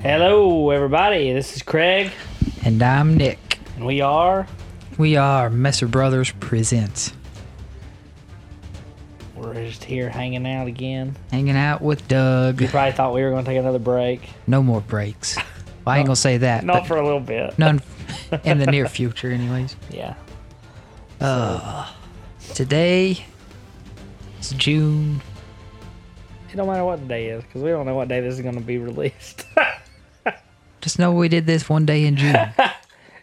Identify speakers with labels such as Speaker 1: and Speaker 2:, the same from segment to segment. Speaker 1: Hello, everybody. This is Craig,
Speaker 2: And I'm Nick.
Speaker 1: and we are
Speaker 2: We are Messer Brothers Presents.
Speaker 1: we're just here hanging out again.
Speaker 2: Hanging out with Doug.
Speaker 1: You probably thought we were going to take another break,
Speaker 2: No more breaks. Well, I ain't gonna say that.
Speaker 1: not
Speaker 2: but
Speaker 1: for a little bit.
Speaker 2: none in the near future, anyways.
Speaker 1: Yeah,
Speaker 2: Today it's June.
Speaker 1: it don't matter what the day is because we don't know what day this is going to be released.
Speaker 2: Just know we did this one day in June.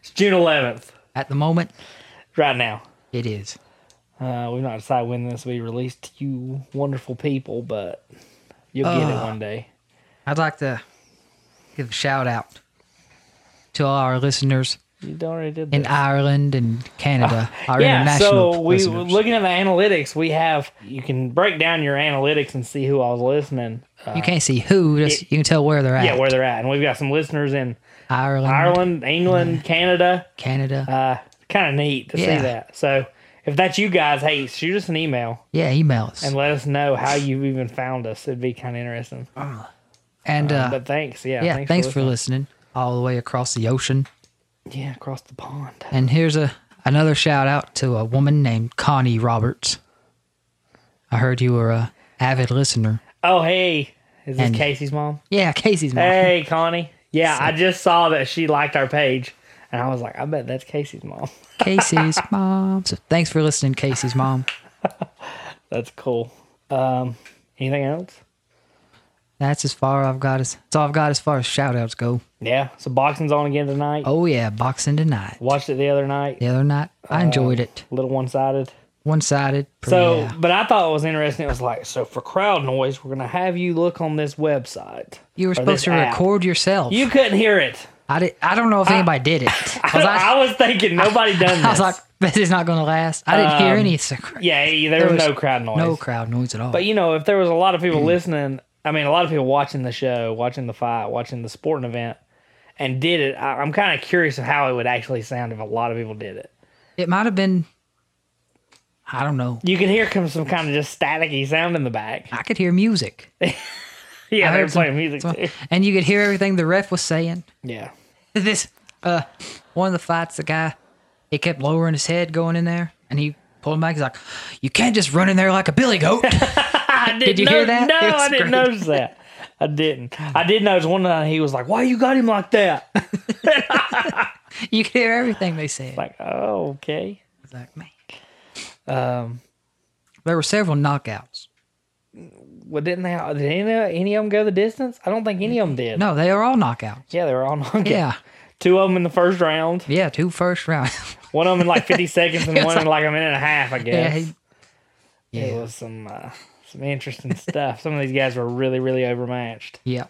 Speaker 1: it's June 11th
Speaker 2: At the moment,
Speaker 1: right now.
Speaker 2: it is.
Speaker 1: Uh, we've not decided when this will be released to you wonderful people, but you'll get it one day.
Speaker 2: I'd like to give a shout out to all our listeners
Speaker 1: You already did that.
Speaker 2: in Ireland and Canada. our
Speaker 1: yeah,
Speaker 2: international
Speaker 1: so we
Speaker 2: listeners.
Speaker 1: looking at the analytics. We have you can break down your analytics and see who I was listening. Uh,
Speaker 2: you can't see who, just you can tell where they're at.
Speaker 1: yeah, where they're at, and we've got some listeners in
Speaker 2: Ireland,
Speaker 1: Ireland, England, Canada.
Speaker 2: Canada.
Speaker 1: Uh, kind of neat to
Speaker 2: Yeah.
Speaker 1: see that. So if that's you guys, hey, shoot us an email
Speaker 2: yeah, email us.
Speaker 1: and let us know how you even found us. It'd be kind of interesting.
Speaker 2: And uh,
Speaker 1: Um, but thanks, Ah. yeah,
Speaker 2: yeah, thanks, for,
Speaker 1: listening.
Speaker 2: listening all the way across the ocean.
Speaker 1: yeah, across the pond.
Speaker 2: And here's a another shout out to a woman named Connie Roberts. I heard you were a avid listener.
Speaker 1: Oh hey, is this
Speaker 2: And-
Speaker 1: Casey's mom?
Speaker 2: Yeah, Casey's mom.
Speaker 1: Hey Connie. Yeah, I just saw that she liked our page, and I was like, I bet that's Casey's mom.
Speaker 2: Casey's mom. So thanks for listening, Casey's mom.
Speaker 1: That's cool. Um, anything else?
Speaker 2: That's as far I've got as that's all I've got as far as shout outs go.
Speaker 1: Yeah. So boxing's on again tonight.
Speaker 2: Oh yeah, boxing tonight.
Speaker 1: Watched it the other night.
Speaker 2: The other night. I enjoyed it.
Speaker 1: A little one sided.
Speaker 2: One sided.
Speaker 1: Uh, So, but I thought it was interesting. It was like, so for crowd noise, we're gonna have you look on this website.
Speaker 2: you
Speaker 1: or
Speaker 2: were
Speaker 1: this
Speaker 2: supposed to
Speaker 1: app.
Speaker 2: record yourself.
Speaker 1: You couldn't hear it.
Speaker 2: I did, I don't know if anybody did it. 'Cause
Speaker 1: I, was thinking nobody done this.
Speaker 2: I was like, this is not going to last. I didn't hear any. There,
Speaker 1: Um, yeah, yeah, there, was, no crowd noise.
Speaker 2: No Mm. crowd noise at all.
Speaker 1: But you know, if there was a lot of people listening, I mean, a lot of people watching the show, watching the fight, watching the sporting event, and did it, I, I'm kind of curious of how it would actually sound if a lot of people did it.
Speaker 2: it might have been, I don't know.
Speaker 1: You can hear come some kind of just staticky sound in the back.
Speaker 2: I could hear music.
Speaker 1: Yeah,
Speaker 2: I
Speaker 1: they're
Speaker 2: heard some-
Speaker 1: playing music
Speaker 2: some-
Speaker 1: too.
Speaker 2: and you could hear everything the ref was saying.
Speaker 1: Yeah.
Speaker 2: This, uh, one of the fights, the guy, he kept lowering his head going in there, and he pulled him back. He's like, "You can't just run in there like a billy goat."
Speaker 1: I did
Speaker 2: you
Speaker 1: no,
Speaker 2: hear that?
Speaker 1: No,
Speaker 2: It was
Speaker 1: I didn't
Speaker 2: great.
Speaker 1: notice that. I didn't. I did notice one night he was like, "Why you got him like that?"
Speaker 2: you could hear everything they said.
Speaker 1: Like, oh, okay.
Speaker 2: It's like, man.
Speaker 1: um,
Speaker 2: there were several knockouts.
Speaker 1: Well, didn't they? Did any, any of them go the distance? I don't think any of them did.
Speaker 2: No, they were all knockouts.
Speaker 1: Yeah, they were all knocked.
Speaker 2: Yeah,
Speaker 1: Two of them in the first round.
Speaker 2: yeah, two first round.
Speaker 1: One of them in like 50 seconds and
Speaker 2: It was
Speaker 1: one in like a minute and a half, I
Speaker 2: yeah,
Speaker 1: guess.
Speaker 2: he-
Speaker 1: It
Speaker 2: yeah.
Speaker 1: was some uh, some interesting stuff. Some of these guys were really, really overmatched.
Speaker 2: yeah.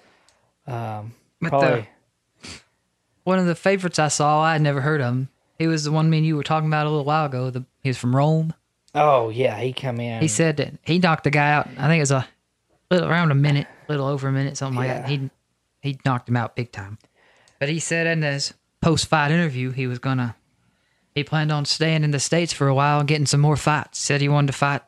Speaker 1: Um,
Speaker 2: But
Speaker 1: probably,
Speaker 2: one of the favorites I saw. I had never heard of him. He was the one me and you were talking about a little while ago. The, he was from Rome.
Speaker 1: oh, yeah, he come in.
Speaker 2: He said that he knocked the guy out. I think it was a little around a minute, little over a minute, something like that. He he knocked him out big time. But he said in his post fight interview he was gonna he planned on staying in the states for a while and getting some more fights. Said he wanted to fight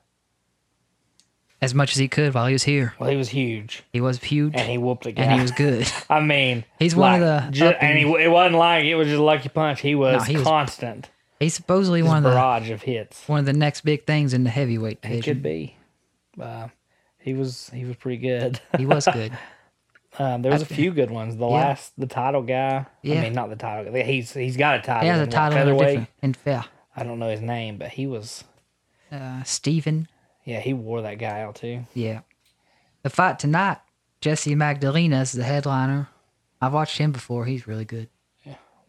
Speaker 2: as much as he could while he was here.
Speaker 1: well, he was huge
Speaker 2: He was huge
Speaker 1: and he whooped a guy.
Speaker 2: and he was good.
Speaker 1: I mean,
Speaker 2: He's one of the
Speaker 1: ju-
Speaker 2: up
Speaker 1: and he, it wasn't like it was just a lucky punch. He was,
Speaker 2: No, he was-
Speaker 1: constant
Speaker 2: He's supposedly one of the
Speaker 1: barrage of hits.
Speaker 2: one of the next big things in the heavyweight
Speaker 1: He could
Speaker 2: division.
Speaker 1: be. Uh, he was he was pretty good.
Speaker 2: He was good.
Speaker 1: Um, there was a few good ones. The last, the title guy. I
Speaker 2: Yeah.
Speaker 1: mean, not the title. guy. He's he's got a title.
Speaker 2: Yeah, the
Speaker 1: in what,
Speaker 2: title of
Speaker 1: featherweight.
Speaker 2: different. And yeah,
Speaker 1: I don't know his name, but he was.
Speaker 2: uh, Stephen.
Speaker 1: Yeah, he wore that guy out too.
Speaker 2: Yeah, the fight tonight. Jesse Magdalena is the headliner. I've watched him before. He's really good.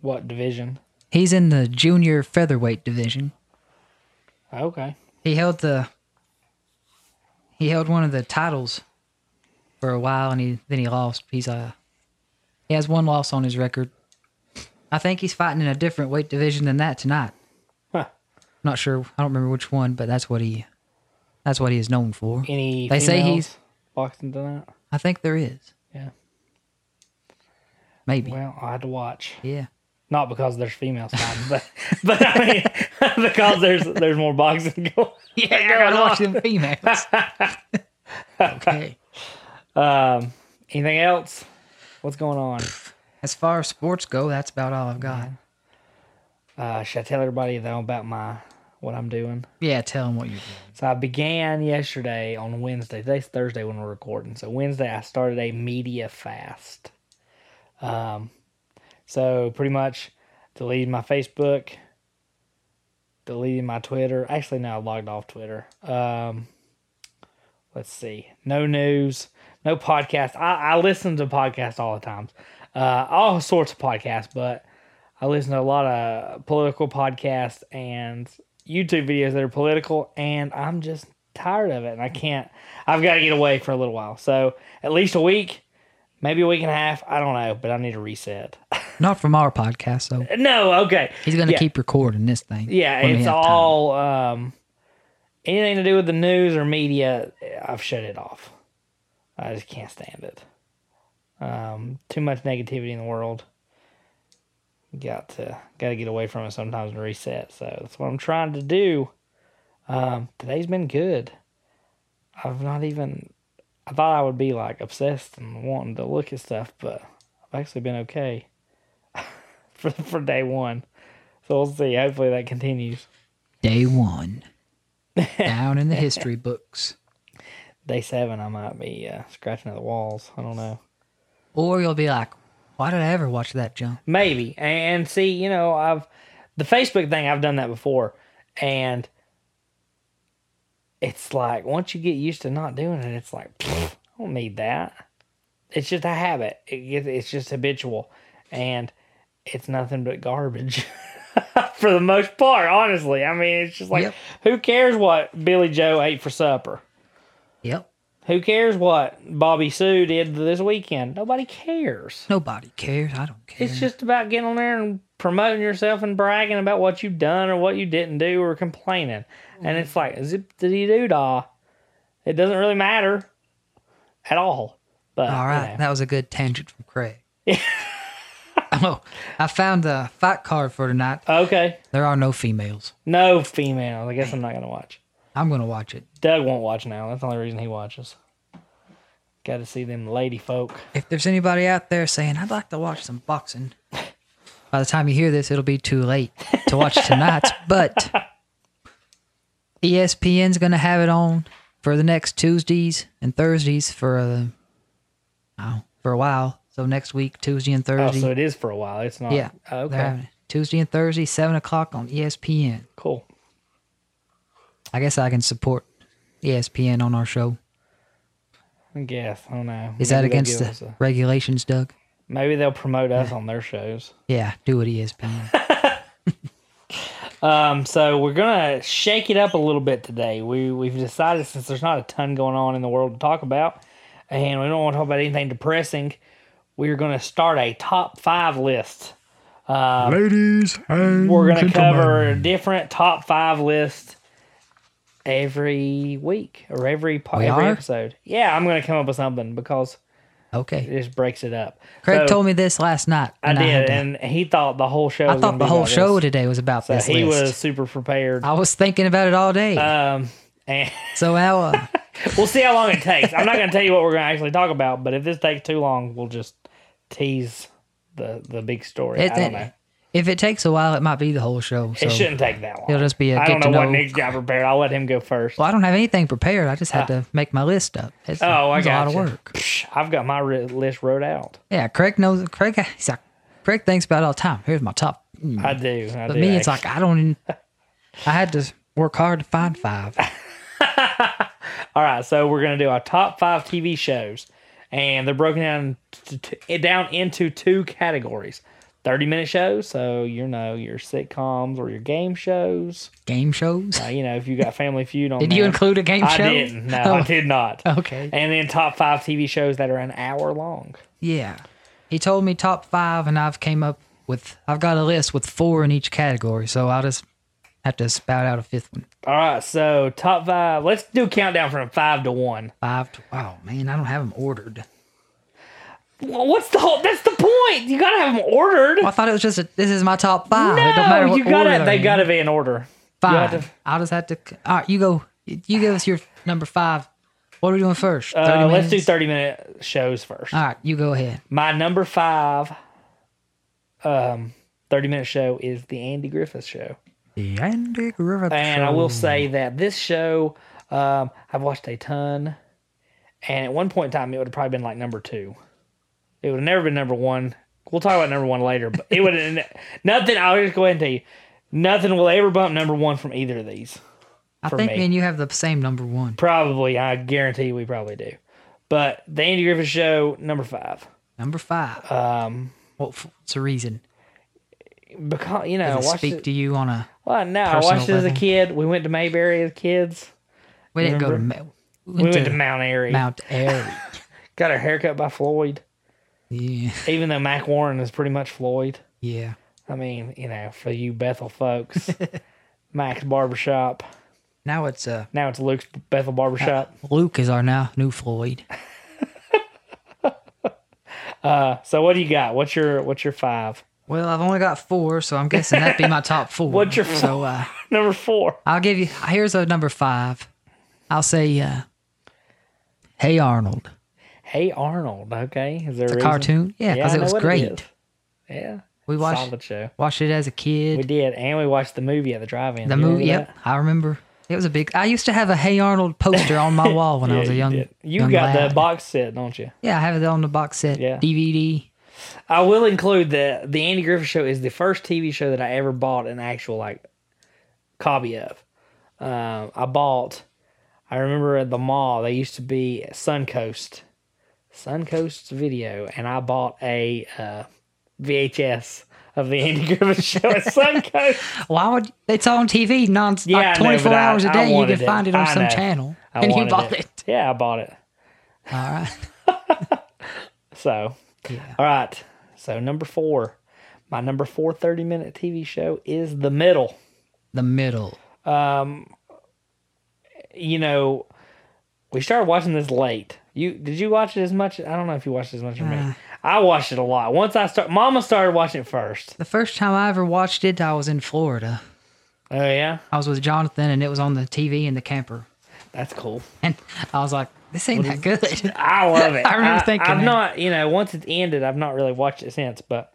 Speaker 1: What division?
Speaker 2: He's in the junior featherweight division.
Speaker 1: Okay.
Speaker 2: He held the he held one of the titles for a while, and he then he lost. He's uh he has one loss on his record. I think he's fighting in a different weight division than that tonight.
Speaker 1: Huh.
Speaker 2: Not sure. I don't remember which one, but that's what he that's what he is known for.
Speaker 1: Any?
Speaker 2: They say
Speaker 1: females
Speaker 2: he's-
Speaker 1: boxing tonight.
Speaker 2: I think there is.
Speaker 1: Yeah.
Speaker 2: Maybe.
Speaker 1: Well, I had to watch.
Speaker 2: yeah.
Speaker 1: Not because there's females fighting, but but I mean because there's there's more boxing going.
Speaker 2: Yeah, I gotta watch them females. okay.
Speaker 1: Um, anything else? What's going on?
Speaker 2: As far as sports go, that's about all I've got.
Speaker 1: Uh, should I tell everybody though about my what I'm doing?
Speaker 2: Yeah, tell them what you're doing.
Speaker 1: So I began yesterday on Wednesday. Today's Thursday when we're recording. So Wednesday I started a media fast. Um, so pretty much deleted my Facebook, deleted my Twitter. Actually, no, I logged off Twitter. Um, let's see. No news, no podcast. I, I listen to podcasts all the time, uh, all sorts of podcasts, but I listen to a lot of political podcasts and YouTube videos that are political, and I'm just tired of it. And I can't, I've got to get away for a little while. So at least a week, maybe a week and a half. I don't know, but I need a reset.
Speaker 2: Not from our podcast, so
Speaker 1: no, okay.
Speaker 2: he's gonna
Speaker 1: Yeah.
Speaker 2: keep recording this thing.
Speaker 1: Yeah,
Speaker 2: when we
Speaker 1: it's
Speaker 2: have time.
Speaker 1: all um, anything to do with the news or media. I've shut it off. I just can't stand it. Um, too much negativity in the world. Got to got to get away from it sometimes and reset. So that's what I'm trying to do. Um, today's been good. I've not even. I thought I would be like obsessed and wanting to look at stuff, but I've actually been okay for for day one. So we'll see. Hopefully that continues.
Speaker 2: day one. Down in the history books.
Speaker 1: Day seven, I might be uh, scratching at the walls. I don't know.
Speaker 2: Or you'll be like, Why did I ever watch that junk?
Speaker 1: Maybe. And see, you know, I've the Facebook thing. I've done that before, and it's like once you get used to not doing it, it's like pfft, I don't need that. It's just a habit. It gets, it's just habitual, and it's nothing but garbage. for the most part, honestly. I mean, it's just like
Speaker 2: Yep.
Speaker 1: who cares what Billy Joe ate for supper?
Speaker 2: Yep.
Speaker 1: Who cares what Bobby Sue did this weekend? Nobody cares.
Speaker 2: Nobody cares. I don't care.
Speaker 1: It's just about getting on there and promoting yourself and bragging about what you've done or what you didn't do or complaining. And it's like zip diddy doo dah. It doesn't really matter at all. But
Speaker 2: All right,
Speaker 1: you know.
Speaker 2: that was a good tangent from Craig. oh, I found the fight card for tonight.
Speaker 1: okay,
Speaker 2: There are no females.
Speaker 1: no female. I guess I'm not gonna watch.
Speaker 2: I'm gonna watch it.
Speaker 1: Doug won't watch now. That's the only reason he watches. Got to see them lady folk.
Speaker 2: If there's anybody out there saying I'd like to watch some boxing, by the time you hear this, it'll be too late to watch tonight. but E ESPN's gonna have it on for the next Tuesdays and Thursdays for a oh, for a while. So next week, Tuesday and
Speaker 1: Oh,
Speaker 2: Thursday.
Speaker 1: so it is for a while. It's not.
Speaker 2: yeah.
Speaker 1: Oh,
Speaker 2: they're
Speaker 1: okay.
Speaker 2: having it Tuesday and Thursday, seven o'clock on E ESPN.
Speaker 1: Cool.
Speaker 2: I guess I can support E ESPN on our show.
Speaker 1: I guess. I don't know. Maybe
Speaker 2: Is that
Speaker 1: they'll
Speaker 2: against
Speaker 1: give
Speaker 2: the
Speaker 1: us a-
Speaker 2: regulations, Doug?
Speaker 1: Maybe they'll promote us on their shows.
Speaker 2: Yeah, do what E ESPN.
Speaker 1: Um, so we're gonna shake it up a little bit today. We we've decided since there's not a ton going on in the world to talk about, and we don't want to talk about anything depressing, we're gonna start a top five list.
Speaker 2: Ladies and
Speaker 1: We're gonna cover a different top five list every week or every po-
Speaker 2: We
Speaker 1: every
Speaker 2: are?
Speaker 1: episode. Yeah, I'm gonna come up with something because it
Speaker 2: Okay.
Speaker 1: just breaks it up.
Speaker 2: Craig
Speaker 1: So,
Speaker 2: told me this last night.
Speaker 1: I
Speaker 2: and
Speaker 1: did,
Speaker 2: had to-
Speaker 1: and he thought the whole show.
Speaker 2: I
Speaker 1: was
Speaker 2: thought
Speaker 1: gonna
Speaker 2: the
Speaker 1: be
Speaker 2: whole
Speaker 1: about
Speaker 2: show
Speaker 1: this.
Speaker 2: today was about
Speaker 1: So
Speaker 2: this
Speaker 1: he
Speaker 2: list.
Speaker 1: was super prepared.
Speaker 2: I was thinking about it all day.
Speaker 1: Um, and.
Speaker 2: so now, uh,
Speaker 1: We'll see how long it takes. I'm not going to tell you what we're going to actually talk about, but if this takes too long, we'll just tease the the big story.
Speaker 2: it,
Speaker 1: I don't know.
Speaker 2: if it takes a while, it might be the whole show. So.
Speaker 1: It shouldn't take that long.
Speaker 2: it'll just be a
Speaker 1: I
Speaker 2: get
Speaker 1: don't
Speaker 2: to
Speaker 1: know what
Speaker 2: know-
Speaker 1: Nick's got prepared. I'll let him go first.
Speaker 2: Well, I don't have anything prepared. I just had to make my list up. It's,
Speaker 1: Uh, Oh, I
Speaker 2: it's a lot of
Speaker 1: gotcha.
Speaker 2: work.
Speaker 1: Psh, I've got my ri list wrote out.
Speaker 2: Yeah, Craig knows. Craig, he's like, Craig thinks about it all the time. Here's my top
Speaker 1: I do. I
Speaker 2: Hmm. But
Speaker 1: do
Speaker 2: me, it's
Speaker 1: actually.
Speaker 2: like I don't. Even, I had to work hard to find five.
Speaker 1: all right. So we're going to do our top five TV shows, and they're broken down t- t- down into two categories: thirty minute shows, so you know your sitcoms or your game shows.
Speaker 2: Game shows.
Speaker 1: Uh, you know, if you got Family Feud on,
Speaker 2: Did you
Speaker 1: there.
Speaker 2: include a game
Speaker 1: I
Speaker 2: show? Oh.
Speaker 1: didn't. No, I did not.
Speaker 2: Okay.
Speaker 1: And then top five TV shows that are an hour long.
Speaker 2: Yeah. He told me top five, and I've came up with. I've got a list with four in each category, so I'll just have to spout out a fifth one.
Speaker 1: All right, so top five. Let's do a countdown from five to one.
Speaker 2: Five. To, wow, man, I don't have them ordered.
Speaker 1: Well, What's the whole? That's the point. You gotta have them ordered.
Speaker 2: Oh, I thought it was just a, this is my top five. it don't matter
Speaker 1: no,
Speaker 2: what
Speaker 1: you gotta.
Speaker 2: order
Speaker 1: They
Speaker 2: they're
Speaker 1: gotta be in order.
Speaker 2: in.
Speaker 1: have
Speaker 2: Five.
Speaker 1: to-
Speaker 2: I'll just have to. All right, you go. You give us your number five. What are we doing first?
Speaker 1: Uh, let's do
Speaker 2: minutes? Uh.
Speaker 1: thirty minute shows first.
Speaker 2: All right, you go ahead.
Speaker 1: My number five um, 30 minute show is the Andy Griffith show.
Speaker 2: The Andy Griffith
Speaker 1: And I will
Speaker 2: Show.
Speaker 1: say that this show, um, I've watched a ton. And at one point in time, it would have probably been like number two. It would have never been number one. We'll talk about number one later, but it would have nothing. I'll just go ahead and tell you, nothing will ever bump number one from either of these.
Speaker 2: I
Speaker 1: for
Speaker 2: think
Speaker 1: me.
Speaker 2: me and you have the same number one.
Speaker 1: Probably, I guarantee we probably do. But the Andy Griffith Show, number five.
Speaker 2: Number five.
Speaker 1: Um,
Speaker 2: What f- what's the reason?
Speaker 1: because you know, I
Speaker 2: Does it
Speaker 1: watched
Speaker 2: speak
Speaker 1: it.
Speaker 2: to you on a?
Speaker 1: Well, no, I
Speaker 2: personal
Speaker 1: watched it as a
Speaker 2: level?
Speaker 1: kid. We went to Mayberry as kids.
Speaker 2: We didn't go to.
Speaker 1: Remember?
Speaker 2: Ma-
Speaker 1: We went to Mount Airy.
Speaker 2: Mount Airy.
Speaker 1: Got our haircut by Floyd.
Speaker 2: yeah,
Speaker 1: Even though Mac Warren is pretty much Floyd.
Speaker 2: yeah.
Speaker 1: I mean, you know, for you Bethel folks, Mac's Barbershop.
Speaker 2: Now it's uh,
Speaker 1: Now it's Luke's Bethel Barbershop.
Speaker 2: Luke is our now new Floyd.
Speaker 1: Uh, so what do you got? What's your what's your five?
Speaker 2: Well, I've only got four, so I'm guessing that'd be my top four.
Speaker 1: What's your
Speaker 2: so? Uh,
Speaker 1: Number four.
Speaker 2: I'll give you. Here's a number five. I'll say, uh, "Hey Arnold,"
Speaker 1: Hey Arnold. Okay, is there
Speaker 2: the
Speaker 1: a reason?
Speaker 2: cartoon.
Speaker 1: Yeah,
Speaker 2: Yeah, because
Speaker 1: I
Speaker 2: it
Speaker 1: know
Speaker 2: was
Speaker 1: what
Speaker 2: great.
Speaker 1: is. yeah,
Speaker 2: we watched
Speaker 1: solid show.
Speaker 2: watched it as a kid.
Speaker 1: We did, and we watched the movie at the drive-in.
Speaker 2: the
Speaker 1: You
Speaker 2: movie.
Speaker 1: remember
Speaker 2: Yep, I remember. It was a big. I used to have a Hey Arnold poster on my wall when
Speaker 1: that?
Speaker 2: I was
Speaker 1: Yeah,
Speaker 2: a
Speaker 1: you
Speaker 2: young.
Speaker 1: did. You
Speaker 2: young
Speaker 1: got
Speaker 2: lad.
Speaker 1: the box set, don't you?
Speaker 2: Yeah, I have it on the box set
Speaker 1: Yeah.
Speaker 2: DVD.
Speaker 1: I will include that the Andy Griffith Show is the first TV show that I ever bought an actual like copy of. Um, I bought. I remember at the mall they used to be Suncoast, Suncoast Video, and I bought a uh, VHS of the Andy Griffith Show at Suncoast.
Speaker 2: Why would it's on TV non
Speaker 1: Yeah, I know,
Speaker 2: like
Speaker 1: but
Speaker 2: 24
Speaker 1: I-
Speaker 2: hours a
Speaker 1: I
Speaker 2: day? you
Speaker 1: wanted
Speaker 2: can
Speaker 1: it.
Speaker 2: find it on
Speaker 1: I
Speaker 2: some
Speaker 1: know.
Speaker 2: channel,
Speaker 1: I
Speaker 2: and you
Speaker 1: wanted
Speaker 2: bought it.
Speaker 1: Yeah, I bought it.
Speaker 2: All right.
Speaker 1: So,
Speaker 2: Yeah.
Speaker 1: all right. So number four, my number four 30 minute TV show is The Middle.
Speaker 2: The middle.
Speaker 1: you know, we started watching this late. You did you watch it as much? I don't know if you watched it as much as
Speaker 2: Uh.
Speaker 1: me. I watched it a lot. Once I start, Mama started watching it first.
Speaker 2: The first time I ever watched it, I was in Florida.
Speaker 1: Oh yeah,
Speaker 2: I was with Jonathan, and it was on the TV in the camper,
Speaker 1: that's cool.
Speaker 2: and I was like, "This ain't that good."
Speaker 1: I love it.
Speaker 2: I remember thinking
Speaker 1: I've
Speaker 2: that.
Speaker 1: not, you know, once it ended, I've not really watched it since. But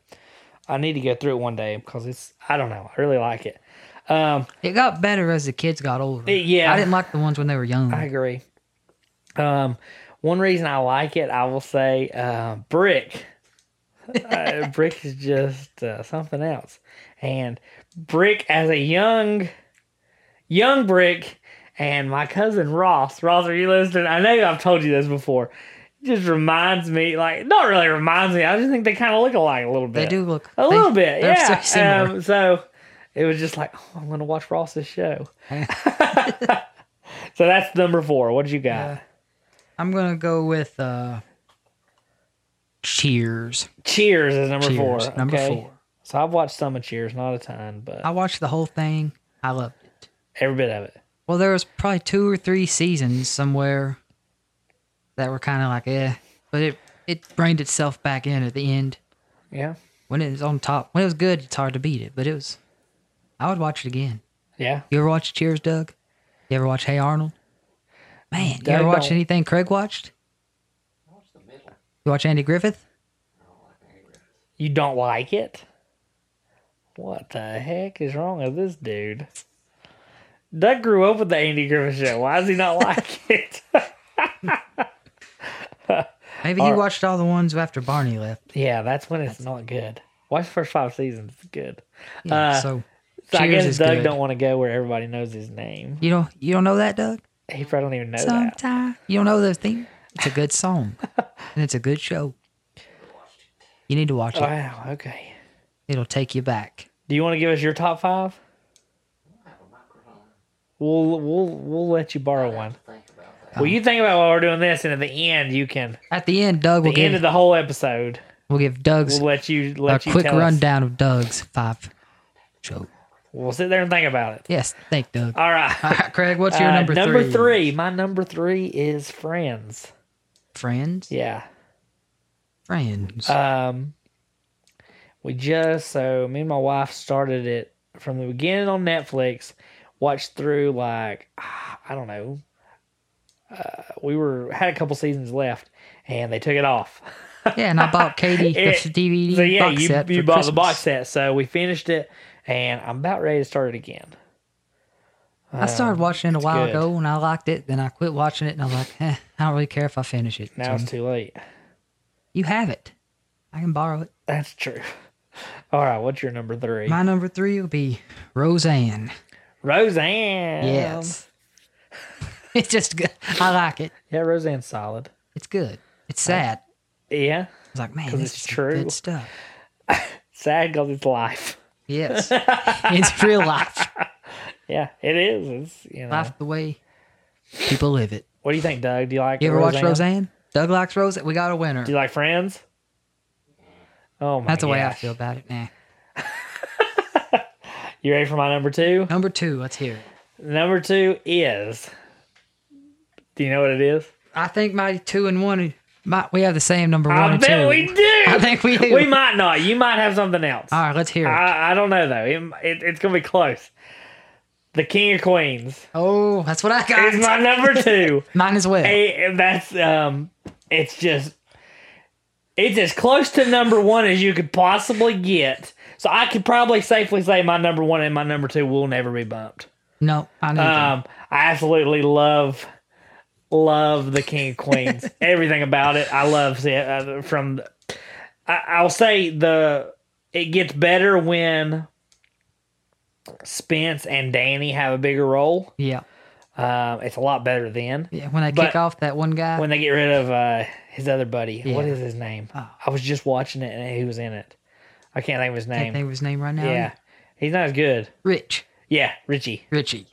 Speaker 1: I need to go through it one day because it's. I don't know. I really like it. Um,
Speaker 2: It got better as the kids got older.
Speaker 1: yeah.
Speaker 2: I didn't like the ones when they were young.
Speaker 1: I agree. Um, one reason I like it, I will say, uh, Brick. uh, Brick is just uh, something else, and Brick as a young, young Brick, and my cousin Ross. Ross, are you listening? I know I've told you this before. It just reminds me, like, not really reminds me. I just think they kind of look alike a little bit.
Speaker 2: they do look
Speaker 1: A
Speaker 2: they-
Speaker 1: little bit,
Speaker 2: they're
Speaker 1: yeah.
Speaker 2: So similar.
Speaker 1: um, so it was just like, oh, I'm going to watch Ross's show. so that's number four. What did you got?
Speaker 2: I'm gonna go with uh, Cheers.
Speaker 1: Cheers is number four.
Speaker 2: Cheers, number
Speaker 1: okay?
Speaker 2: four.
Speaker 1: So I've watched some of Cheers, not a ton, but
Speaker 2: I watched the whole thing. I loved it.
Speaker 1: every bit of it.
Speaker 2: Well, there was probably two or three seasons somewhere that were kind of like eh, but it it reined itself back in at the end
Speaker 1: Yeah.
Speaker 2: when it was on top. When it was good, it's hard to beat it. But it was. I would watch it again.
Speaker 1: Yeah.
Speaker 2: You ever watch Cheers, Doug? You ever watch Hey Arnold? Man, you
Speaker 1: Doug
Speaker 2: ever watch
Speaker 1: don't-
Speaker 2: anything Craig watched? I watched the middle. You watch Andy Griffith?
Speaker 1: You don't like it? What the heck is wrong with this dude? Doug grew up with the Andy Griffith show. Why does he not like it?
Speaker 2: Maybe he watched all the ones after Barney left.
Speaker 1: yeah, that's when it's not good. Watch the first five seasons. It's good.
Speaker 2: Yeah,
Speaker 1: Uh,
Speaker 2: so,
Speaker 1: So I
Speaker 2: Cheers
Speaker 1: guess
Speaker 2: is
Speaker 1: Doug
Speaker 2: good.
Speaker 1: don't want to go where everybody knows his name.
Speaker 2: you don't you don't know that, Doug?
Speaker 1: He probably don't even know that.
Speaker 2: Sometimes you don't know the thing. It's a good song, and it's a good show. You need to watch it.
Speaker 1: Wow. Okay.
Speaker 2: It'll take you back.
Speaker 1: Do you want to give us your top five? We'll we'll we'll let you borrow one. Well, you think about while we're doing this, and at the end, you can
Speaker 2: At the end, Doug will
Speaker 1: the end
Speaker 2: give
Speaker 1: of the whole episode.
Speaker 2: we'll give Doug's
Speaker 1: We'll let you
Speaker 2: a
Speaker 1: let you
Speaker 2: quick
Speaker 1: tell Us.
Speaker 2: rundown of Doug's five show.
Speaker 1: We'll sit there and think about it.
Speaker 2: Yes, thank Doug.
Speaker 1: All right.
Speaker 2: All right, Craig, what's your
Speaker 1: Uh,
Speaker 2: number three?
Speaker 1: number three. My number three is Friends.
Speaker 2: Friends.
Speaker 1: Yeah.
Speaker 2: Friends.
Speaker 1: Um, we just so me and my wife started it from the beginning on Netflix. Watched through like ah, I don't know. Uh, we were had a couple seasons left, and they took it off.
Speaker 2: Yeah, and I bought Katie the
Speaker 1: It-
Speaker 2: DVD
Speaker 1: So yeah,
Speaker 2: box
Speaker 1: you,
Speaker 2: set.
Speaker 1: you
Speaker 2: for
Speaker 1: bought the
Speaker 2: Christmas.
Speaker 1: box set, so we finished it, and I'm about ready to start it again.
Speaker 2: I started watching it a while
Speaker 1: Oh, good.
Speaker 2: ago and I liked it. Then I quit watching it and I was like, eh, I don't really care if I finish it.
Speaker 1: Now
Speaker 2: So
Speaker 1: it's too late.
Speaker 2: you have it. I can borrow it.
Speaker 1: That's true. All right, what's your number three?
Speaker 2: My number three will be Roseanne.
Speaker 1: Roseanne.
Speaker 2: Yes. it's just good. I like it.
Speaker 1: Yeah, Roseanne's solid.
Speaker 2: It's good. It's sad.
Speaker 1: Yeah,
Speaker 2: It's like, man,
Speaker 1: 'Cause
Speaker 2: this
Speaker 1: it's
Speaker 2: is some
Speaker 1: true.
Speaker 2: good stuff.
Speaker 1: sad because it's life.
Speaker 2: Yes. it's real life.
Speaker 1: Yeah, it is. It's you know.
Speaker 2: Life the way people live it.
Speaker 1: What do you think, Doug? Do you like?
Speaker 2: You ever watch Roseanne? Doug likes Roseanne. We got a winner.
Speaker 1: Do you like Friends? Oh my.
Speaker 2: That's the way I
Speaker 1: gosh.
Speaker 2: feel about it. Nah.
Speaker 1: You ready for my number two?
Speaker 2: Number two, let's hear it.
Speaker 1: Number two is. Do you know what it is?
Speaker 2: I think my two and one, my, we have the same number one
Speaker 1: I
Speaker 2: and
Speaker 1: bet
Speaker 2: two.
Speaker 1: we do.
Speaker 2: I think we do.
Speaker 1: We might not. You might have something else.
Speaker 2: All right, let's hear it.
Speaker 1: I, I don't know though. It, it, it's gonna be close. The King of Queens
Speaker 2: oh, that's what I got.
Speaker 1: is my number two.
Speaker 2: Mine as well.
Speaker 1: Eh, that's um, it's just, it's as close to number one as you could possibly get. So I could probably safely say my number one and my number two will never be bumped.
Speaker 2: No, I need that.
Speaker 1: Um, I absolutely love love the King of Queens. Everything about it, I love. it, uh, From the- I, I'll say the it gets better when Spence and Danny have a bigger role.
Speaker 2: Yeah,
Speaker 1: Um, it's a lot better then
Speaker 2: yeah. When they
Speaker 1: But-
Speaker 2: kick off that one guy,
Speaker 1: when they get rid of uh, his other buddy. What
Speaker 2: Yeah.
Speaker 1: is his name?
Speaker 2: Oh.
Speaker 1: I was just watching it and he was in it. I can't think of his
Speaker 2: can't
Speaker 1: name.
Speaker 2: think of his name right now.
Speaker 1: yeah, he's not as good.
Speaker 2: Rich,
Speaker 1: Yeah, Richie.
Speaker 2: Richie.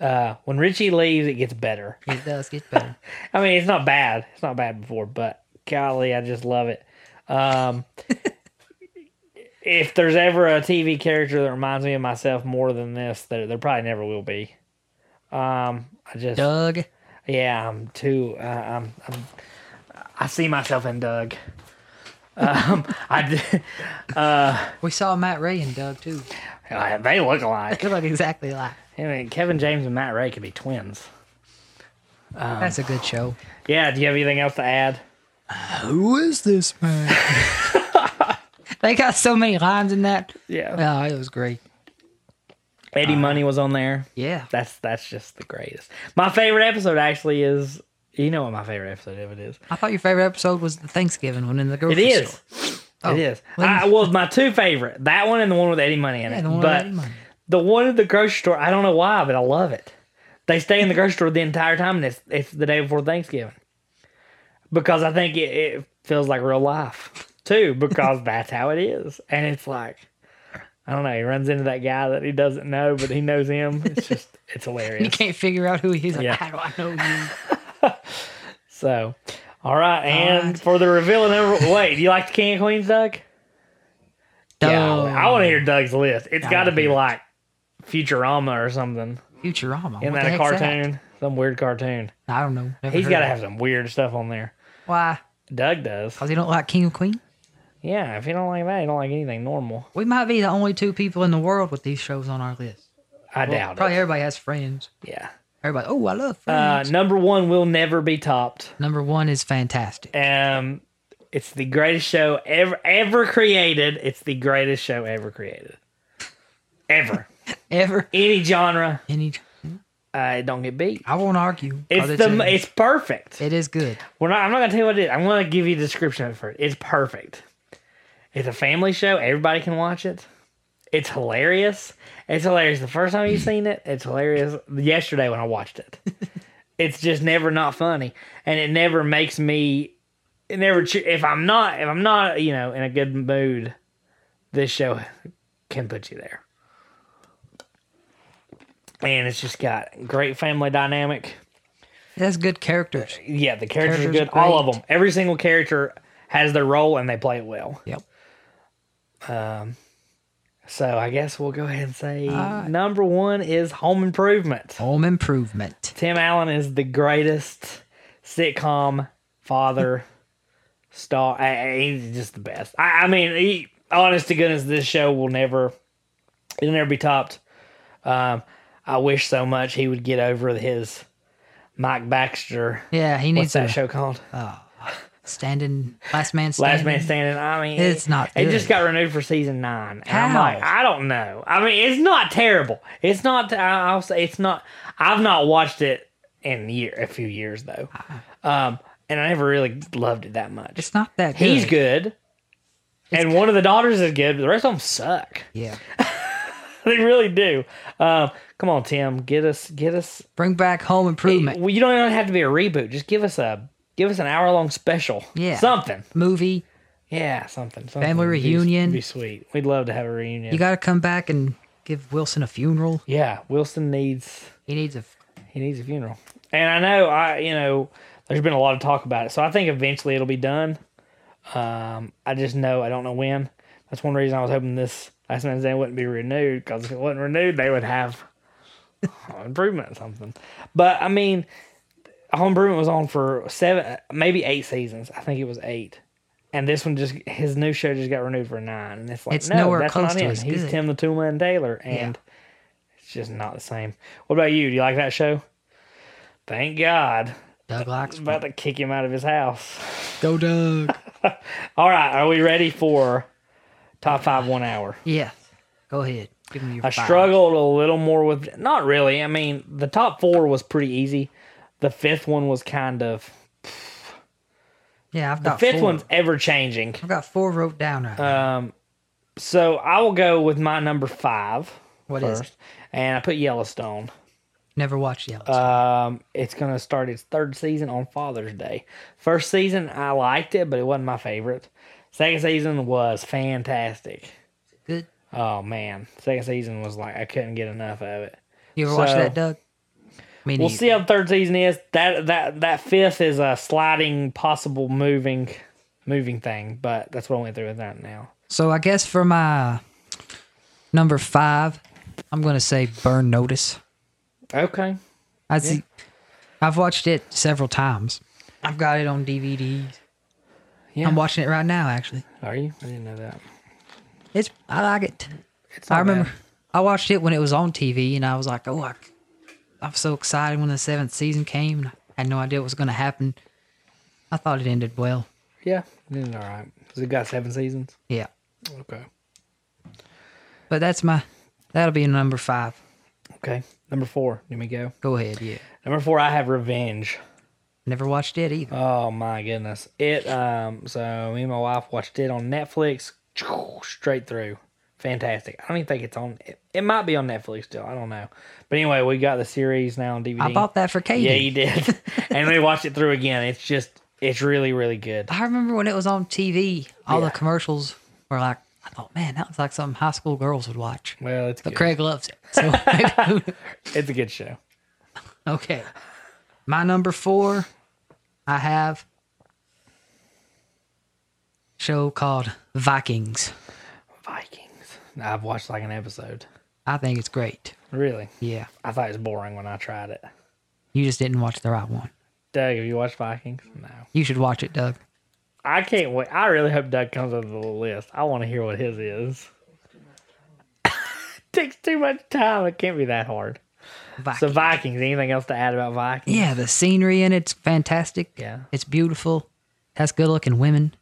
Speaker 1: Uh, when Richie leaves, it gets better.
Speaker 2: It does get better.
Speaker 1: I mean, it's not bad. It's not bad before, but golly, I just love it. Um, if there's ever a TV character that reminds me of myself more than this, there, there probably never will be. Um, I just,
Speaker 2: Doug,
Speaker 1: yeah, I'm too. Uh, I'm, I'm, I see myself in Doug. Um, I, d-
Speaker 2: we saw Matt Ray and Doug too.
Speaker 1: uh, they look alike.
Speaker 2: They look exactly like.
Speaker 1: I mean, Kevin James and Matt Ray could be twins. Um,
Speaker 2: That's a good show.
Speaker 1: Yeah. Do you have anything else to add?
Speaker 2: Who is this man? they got so many lines in that.
Speaker 1: Yeah.
Speaker 2: Oh, it was great.
Speaker 1: Eddie Money was on there.
Speaker 2: Yeah.
Speaker 1: That's that's just the greatest. My favorite episode actually is you know what my favorite episode of it is.
Speaker 2: I thought your favorite episode was the Thanksgiving one in the
Speaker 1: It
Speaker 2: grocery
Speaker 1: is.
Speaker 2: store. Oh,
Speaker 1: it is.
Speaker 2: when-
Speaker 1: I, well, my two favorite that one and the one with Eddie Money in
Speaker 2: Yeah,
Speaker 1: it.
Speaker 2: the one with
Speaker 1: but
Speaker 2: Eddie Money.
Speaker 1: the one at the grocery store, I don't know why, but I love it. They stay in the grocery store the entire time, and it's it's the day before Thanksgiving because I think it, it feels like real life too because that's how it is, and it's like. I don't know. He runs into that guy that he doesn't know, but he knows him. It's just, it's
Speaker 2: You
Speaker 1: hilarious.
Speaker 2: can't figure out who he is. Like,
Speaker 1: Yeah.
Speaker 2: How do I know you?
Speaker 1: So, all right, and
Speaker 2: right.
Speaker 1: for the revealing number, wait, do you like the King of Queens, Doug?
Speaker 2: Doug.
Speaker 1: I want to hear Doug's list. It's got to
Speaker 2: wanna
Speaker 1: be
Speaker 2: hear it.
Speaker 1: like Futurama or something.
Speaker 2: Futurama.
Speaker 1: Isn't that
Speaker 2: What the
Speaker 1: a
Speaker 2: heck's
Speaker 1: cartoon? Some weird cartoon.
Speaker 2: I don't know. Never
Speaker 1: He's
Speaker 2: heard
Speaker 1: got to
Speaker 2: of it.
Speaker 1: have some weird stuff on there.
Speaker 2: Why?
Speaker 1: Doug does.
Speaker 2: Because you don't like King and Queen?
Speaker 1: Yeah, if you don't like that, you don't like anything normal.
Speaker 2: We might be the only two people in the world with these shows on our list.
Speaker 1: I
Speaker 2: Well,
Speaker 1: doubt
Speaker 2: probably
Speaker 1: it.
Speaker 2: everybody has friends.
Speaker 1: Yeah.
Speaker 2: Everybody, oh, I love
Speaker 1: Uh,
Speaker 2: friends.
Speaker 1: number one will never be topped.
Speaker 2: Number one is fantastic.
Speaker 1: Um, it's the greatest show ever ever created. It's the greatest show ever created. Ever.
Speaker 2: Ever.
Speaker 1: Any genre,
Speaker 2: Any,
Speaker 1: uh, it don't get beat.
Speaker 2: I won't argue. 'cause
Speaker 1: It's the
Speaker 2: in-
Speaker 1: it's perfect.
Speaker 2: it is good.
Speaker 1: We're not. I'm not gonna tell you what it is. I'm gonna give you a description of it first. It's perfect. It's a family show. Everybody can watch it. It's hilarious. It's hilarious the first time you've seen it. It's hilarious yesterday when I watched it. it's just never not funny, and it never makes me. It never che- if I'm not if I'm not you know in a good mood, this show can put you there. And it's just got great family dynamic.
Speaker 2: It has good characters.
Speaker 1: Yeah, the characters,
Speaker 2: Characters
Speaker 1: are
Speaker 2: are
Speaker 1: good. All of
Speaker 2: great.
Speaker 1: them. Every single character has their role and they play it well. Um,
Speaker 2: Yep.
Speaker 1: So I guess we'll go ahead and say
Speaker 2: right.
Speaker 1: number one is Home Improvement.
Speaker 2: Home improvement.
Speaker 1: Tim Allen is the greatest sitcom father star. I- I- He's just the best. I, I mean, he, honest to goodness, this show will never, it'll never be topped. Um, I wish so much he would get over his Mike Baxter.
Speaker 2: Yeah, he
Speaker 1: What's
Speaker 2: needs
Speaker 1: that
Speaker 2: to.
Speaker 1: show called?
Speaker 2: standing, last man standing.
Speaker 1: Last Man Standing. I mean,
Speaker 2: It's not
Speaker 1: It
Speaker 2: good.
Speaker 1: just got renewed for season nine. And I'm
Speaker 2: How?
Speaker 1: like, I don't know. I mean, it's not terrible. It's not. I- I'll say it's not. I've not watched it in year a few years though, um, and I never really loved it that much.
Speaker 2: Uh-huh. It's not that good.
Speaker 1: He's good, and one of the daughters is good, but the rest of them suck.
Speaker 2: Yeah.
Speaker 1: they really do. Um, come on, Tim, get us, get us.
Speaker 2: Bring back home improvement.
Speaker 1: Well, you don't even have to be a reboot. Just give us a, give us an hour long special.
Speaker 2: Yeah.
Speaker 1: something.
Speaker 2: Movie.
Speaker 1: Yeah, something. something.
Speaker 2: Family
Speaker 1: It'd be-
Speaker 2: reunion.
Speaker 1: it'd Be, sweet. We'd love to have a reunion.
Speaker 2: You got to come back and give Wilson a funeral.
Speaker 1: yeah, Wilson needs
Speaker 2: He needs a.
Speaker 1: he needs a funeral, and I know I you know there's been a lot of talk about it, so I think eventually it'll be done. Um, I just know I don't know when. That's one reason I was hoping this last man's day wouldn't be renewed because if it wasn't renewed, they would have an improvement or something. But I mean, Home Improvement was on for seven, maybe eight seasons. I think it was eight. And this one just his new show just got renewed for nine, and it's like
Speaker 2: It's
Speaker 1: no,
Speaker 2: nowhere
Speaker 1: that's
Speaker 2: close
Speaker 1: not
Speaker 2: to
Speaker 1: him.
Speaker 2: as
Speaker 1: He's
Speaker 2: good.
Speaker 1: Tim the Toolman and Taylor, and it's just not the same. What about you? Do you like that show? Thank God.
Speaker 2: Doug likes.
Speaker 1: About to kick him out of his house.
Speaker 2: Go, Doug.
Speaker 1: All right, are we ready for top five one hour?
Speaker 2: yeah. Go ahead. Give him your.
Speaker 1: I
Speaker 2: five.
Speaker 1: struggled a little more with not really. I mean, the top four was pretty easy. The fifth one was kind of
Speaker 2: Yeah, I've got
Speaker 1: fifth
Speaker 2: four.
Speaker 1: one's ever changing.
Speaker 2: I've got four wrote down right now.
Speaker 1: Um, so I will go with my number five
Speaker 2: What is it?
Speaker 1: first, and I put Yellowstone.
Speaker 2: Never watched Yellowstone.
Speaker 1: Um, it's gonna start its third season on Father's Day. First season I liked it, but it wasn't my favorite. Second season was fantastic.
Speaker 2: Good.
Speaker 1: Oh man, second season was like I couldn't get enough of it.
Speaker 2: You ever watch
Speaker 1: so-
Speaker 2: that, Doug? Me
Speaker 1: We'll
Speaker 2: neither.
Speaker 1: see how the third season is. That that that fifth is a sliding, possible moving, moving thing. But that's what I went through with that now.
Speaker 2: So I guess for my number five, I'm gonna say Burn Notice.
Speaker 1: Okay.
Speaker 2: I see. I've watched it several times. I've got it on DVD.
Speaker 1: Yeah.
Speaker 2: I'm watching it right now. Actually,
Speaker 1: Are you? I didn't know that.
Speaker 2: it's I like it.
Speaker 1: It's
Speaker 2: I
Speaker 1: not
Speaker 2: remember
Speaker 1: bad.
Speaker 2: I watched it when it was on TV, and I was like, "Oh, I, I'm so excited when the seventh season came." And I had no idea what was gonna happen. I thought it ended well.
Speaker 1: Yeah. It did all right. 'Cause it got seven seasons.
Speaker 2: Yeah,
Speaker 1: Okay.
Speaker 2: but that's my. That'll be number five.
Speaker 1: Okay. Number four. Let me go.
Speaker 2: Go ahead. Yeah.
Speaker 1: Number four. I have Revenge.
Speaker 2: Never watched it either.
Speaker 1: Oh my goodness. It um so me and my wife watched it on Netflix straight through. Fantastic. I don't even think it's on it, it might be on Netflix still. I don't know. But anyway, we got the series now on DVD.
Speaker 2: I bought that for Katie.
Speaker 1: Yeah, you did. and we watched it through again. It's just it's really really good.
Speaker 2: I remember when it was on TV, all
Speaker 1: Yeah.
Speaker 2: the commercials were like, I thought, man, that was like something high school girls would watch.
Speaker 1: Well, it's
Speaker 2: But
Speaker 1: good.
Speaker 2: Craig loves it. So, maybe-
Speaker 1: it's a good show.
Speaker 2: okay. My number four, I have a show called Vikings.
Speaker 1: Vikings. I've watched like an episode.
Speaker 2: I think it's great.
Speaker 1: Really?
Speaker 2: Yeah.
Speaker 1: I thought it was boring when I tried it.
Speaker 2: You just didn't watch the right one.
Speaker 1: Doug, have you watched Vikings? No.
Speaker 2: You should watch it, Doug.
Speaker 1: I can't wait. I really hope Doug comes up with a list. I want to hear what his is. Takes too much time. It can't be that hard.
Speaker 2: Vikings.
Speaker 1: So Vikings. Anything else to add about Vikings?
Speaker 2: yeah, the scenery in it's fantastic.
Speaker 1: Yeah.
Speaker 2: It's beautiful. Has good looking women.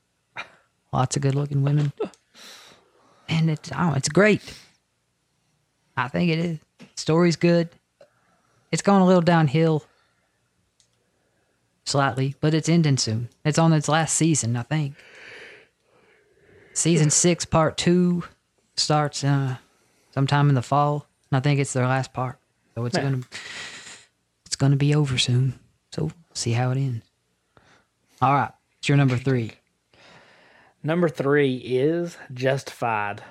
Speaker 2: Lots of good looking women. And it's oh, it's great. I think it is. Story's good. It's going a little downhill slightly, but it's ending soon. It's on its last season, I think. Season six, part two, starts uh, sometime in the fall, and I think it's their last part. So it's gonna it's gonna be over soon. So see how it ends. All right, it's your number three.
Speaker 1: Number three is Justified.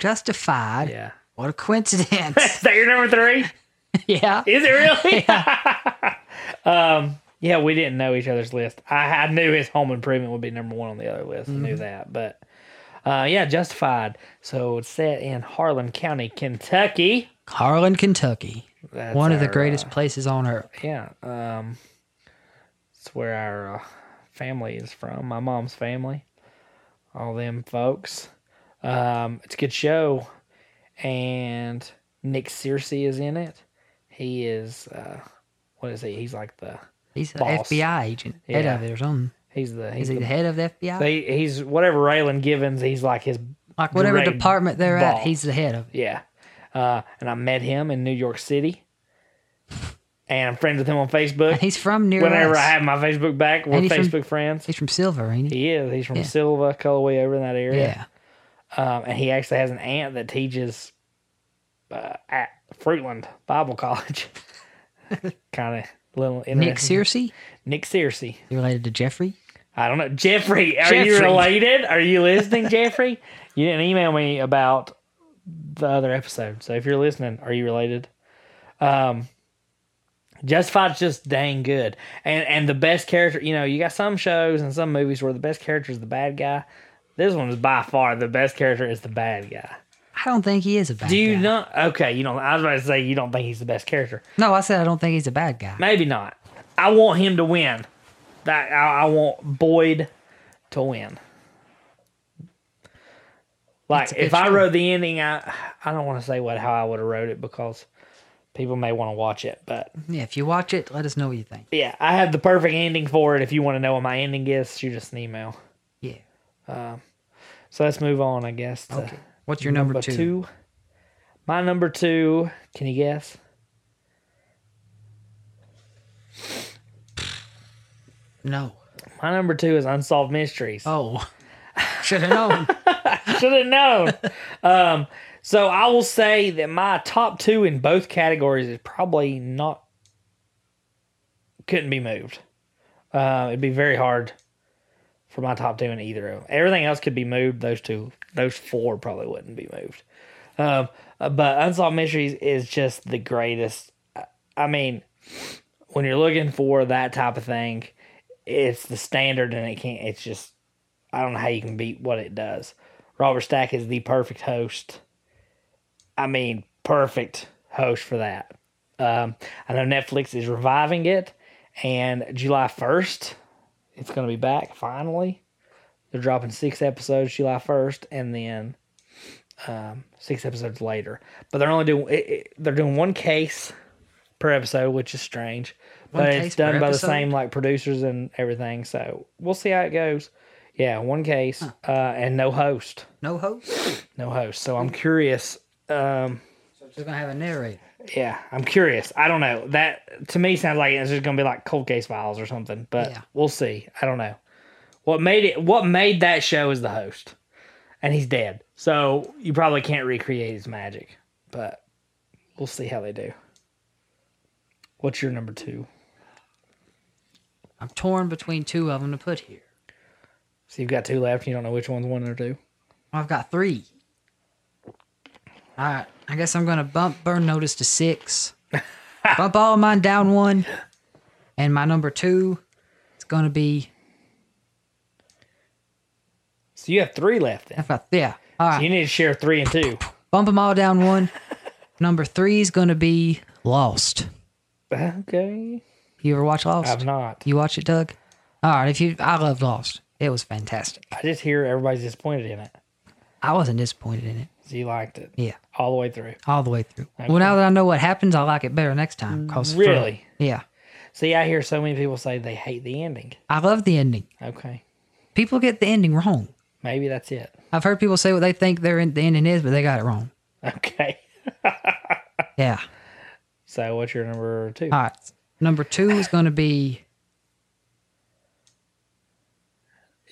Speaker 2: Justified.
Speaker 1: Yeah.
Speaker 2: What a coincidence.
Speaker 1: Is that your number three?
Speaker 2: yeah.
Speaker 1: Is it really? um. Yeah, we didn't know each other's list. I, I knew his home improvement would be number one on the other list. I knew that, but uh, yeah, Justified. So it's set in Harlan County, Kentucky.
Speaker 2: Harlan, Kentucky.
Speaker 1: That's
Speaker 2: one of the
Speaker 1: our, uh,
Speaker 2: greatest places on earth.
Speaker 1: yeah um it's where our uh, family is from my mom's family all them folks um it's a good show and nick searcy is in it he is uh what is he he's like the
Speaker 2: He's an
Speaker 1: Boss.
Speaker 2: FBI agent, head
Speaker 1: Yeah.
Speaker 2: of it or something.
Speaker 1: He's the he's
Speaker 2: Is he the
Speaker 1: the,
Speaker 2: head of the FBI?
Speaker 1: they he's whatever Raylan Givens. He's like his
Speaker 2: like whatever
Speaker 1: Greg
Speaker 2: department they're at,
Speaker 1: Ball.
Speaker 2: he's the head of it.
Speaker 1: yeah. Uh, and I met him in New York City, and I'm friends with him on Facebook.
Speaker 2: And he's from near
Speaker 1: Whenever
Speaker 2: us.
Speaker 1: I have my Facebook back, we're
Speaker 2: And he's from-
Speaker 1: Facebook friends.
Speaker 2: he's from Silver, ain't he?
Speaker 1: He is. He's from
Speaker 2: Yeah.
Speaker 1: Silva, Colorway, over in that area.
Speaker 2: yeah.
Speaker 1: Um, and he actually has an aunt that teaches uh, at Fruitland Bible College. kind of little
Speaker 2: Nick
Speaker 1: interesting.
Speaker 2: Searcy?
Speaker 1: Nick Searcy.
Speaker 2: You related to Jeffrey?
Speaker 1: I don't know. Jeffrey, are you
Speaker 2: Jeffrey.
Speaker 1: related? Are you listening, Jeffrey? You didn't email me about the other episode. So if you're listening, are you related? Um Justified's just dang good. And and the best character, you know, you got some shows and some movies where the best character is the bad guy. This one is by far the best character is the bad guy.
Speaker 2: I don't think he is a bad
Speaker 1: Do you
Speaker 2: guy.
Speaker 1: not? Okay, you don't. I was about to say you don't think he's the best character.
Speaker 2: No, I said I don't think he's a bad guy.
Speaker 1: Maybe not. I want him to win. That I, I want Boyd to win. Like
Speaker 2: That's a good
Speaker 1: if I
Speaker 2: show.
Speaker 1: wrote the ending, I I don't want to say what how I would have wrote it because people may want to watch it. But
Speaker 2: Yeah, if you watch it, let us know what you think.
Speaker 1: yeah, I have the perfect ending for it. If you want to know what my ending is, shoot us an email.
Speaker 2: Yeah.
Speaker 1: So let's move on. I guess. to
Speaker 2: Okay. What's your number, two?
Speaker 1: My number two. Can you guess?
Speaker 2: No.
Speaker 1: My number two is unsolved mysteries.
Speaker 2: Oh. Should have known.
Speaker 1: Should have known. um, so I will say that my top two in both categories is probably not couldn't be moved. Uh, it'd be very hard for my top two in either of them. Everything else could be moved. Those two, those four probably wouldn't be moved. Um, uh, but Unsolved Mysteries is just the greatest. I- I mean, when you're looking for that type of thing, it's the standard, and it can't. It's just I don't know how you can beat what it does. Robert Stack is the perfect host. I mean, perfect host for that. Um, I know Netflix is reviving it, and July 1st, it's going to be back finally. They're dropping six episodes July 1st, and then um, six episodes later. But they're only doing it, it- they're doing one case per episode, which is strange.
Speaker 2: One
Speaker 1: But
Speaker 2: case
Speaker 1: it's
Speaker 2: per
Speaker 1: done by the
Speaker 2: episode?
Speaker 1: same like producers and everything. So we'll see how it goes. Yeah, one case uh, and no host,
Speaker 2: No hope. So
Speaker 1: no host. So
Speaker 2: Hmm.
Speaker 1: I'm curious. Um,
Speaker 2: just gonna have a narrator.
Speaker 1: yeah, I'm curious. I don't know. That to me sounds like it's just gonna be like cold case files or something, but
Speaker 2: Yeah.
Speaker 1: we'll see. I don't know. What made it what made that show is the host. And he's dead. So you probably can't recreate his magic. But we'll see how they do. What's your number two?
Speaker 2: I'm torn between two of them to put here.
Speaker 1: So you've got two left and you don't know which one's one or two?
Speaker 2: I've got three. All right. I guess I'm gonna bump burn notice to six. bump all of mine down one, and my number two is gonna be.
Speaker 1: So you have three left then.
Speaker 2: I've got yeah. All right.
Speaker 1: You need to share three and two.
Speaker 2: Bump them all down one. number three is gonna be Lost.
Speaker 1: Okay.
Speaker 2: You ever watch Lost?
Speaker 1: I've not.
Speaker 2: You watch it, Doug? All right. If you, I loved Lost. It was fantastic.
Speaker 1: I just hear everybody's disappointed in it.
Speaker 2: I wasn't disappointed in it.
Speaker 1: So you liked it.
Speaker 2: Yeah,
Speaker 1: All the way through.
Speaker 2: all the way through. Well, now that I know what happens, I like it better next time. 'cause for-
Speaker 1: Really?
Speaker 2: yeah,
Speaker 1: See, I hear so many people say they hate the ending.
Speaker 2: I love the ending.
Speaker 1: Okay.
Speaker 2: People get the ending wrong.
Speaker 1: Maybe that's it.
Speaker 2: I've heard people say what they think their en- the ending is, but they got it wrong.
Speaker 1: Okay.
Speaker 2: Yeah.
Speaker 1: So what's your number two?
Speaker 2: All right. Number two is going to be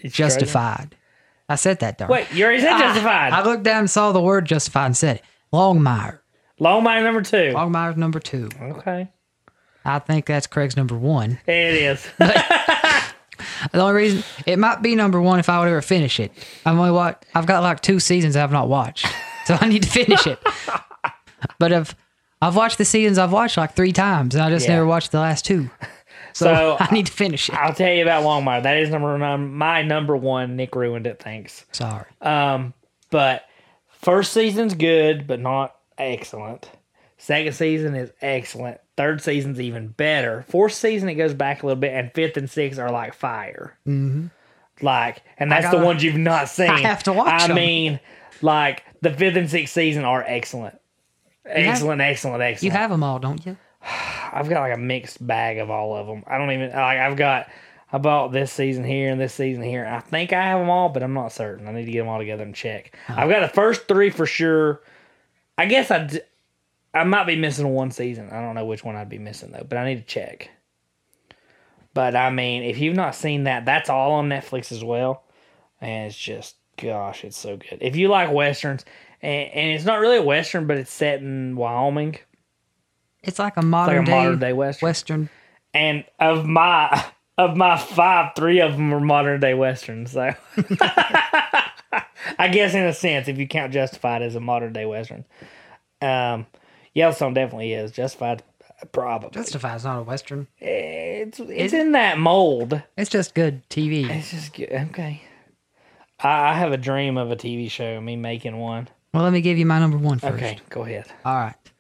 Speaker 1: It's
Speaker 2: Justified. I said that, darn.
Speaker 1: Australian? Wait, you already said justified.
Speaker 2: I looked down and saw the word Justified and said it. Longmire.
Speaker 1: Longmire number two.
Speaker 2: Longmire's number two.
Speaker 1: Okay.
Speaker 2: I think that's Craig's number one.
Speaker 1: It is.
Speaker 2: The only reason it might be number one if I would ever finish it. I've only watched, I've got like two seasons I've not watched, so I need to finish it. But I've I've watched the seasons I've watched like three times, and I just
Speaker 1: Yeah.
Speaker 2: never watched the last two. So,
Speaker 1: So,
Speaker 2: I need to finish it.
Speaker 1: I'll tell you about Longmire. That is number num- my number one. Nick ruined it. Thanks.
Speaker 2: Sorry,
Speaker 1: Um, but first season's good, but not excellent. Second season is excellent. Third season's even better. Fourth season it goes back a little bit, and fifth and sixth are like fire. Mm-hmm. Like, and that's the
Speaker 2: gotta-
Speaker 1: ones you've not seen.
Speaker 2: I have to watch
Speaker 1: I
Speaker 2: 'em.
Speaker 1: mean, like the fifth and sixth season are excellent. Excellent, excellent, excellent.
Speaker 2: you have them all, don't you?
Speaker 1: I've got like a mixed bag of all of them. I don't even like. I've got. I bought this season here and this season here. I think I have them all, but I'm not certain. I need to get them all together and check. I've got the first three for sure. I guess I, d- I might be missing one season. I don't know which one I'd be missing though, but I need to check. But I mean, if you've not seen that, that's all on Netflix as well, and it's just gosh, it's so good. If you like westerns, and, and it's not really a western, but it's set in Wyoming,
Speaker 2: It's like a modern,
Speaker 1: like a
Speaker 2: day,
Speaker 1: modern day western.
Speaker 2: Western.
Speaker 1: and of my of my five, three of them are modern day westerns. So I guess in a sense, if you count Justified as a modern day western, um, Yellowstone definitely is Justified. Probably
Speaker 2: Justify is not a Western.
Speaker 1: it's it's in that mold.
Speaker 2: It's just good TV.
Speaker 1: It's just good. Okay. I, I have a dream of a TV show. Me making one.
Speaker 2: Well, let me give you my number one first.
Speaker 1: Okay, go ahead.
Speaker 2: All right.
Speaker 1: If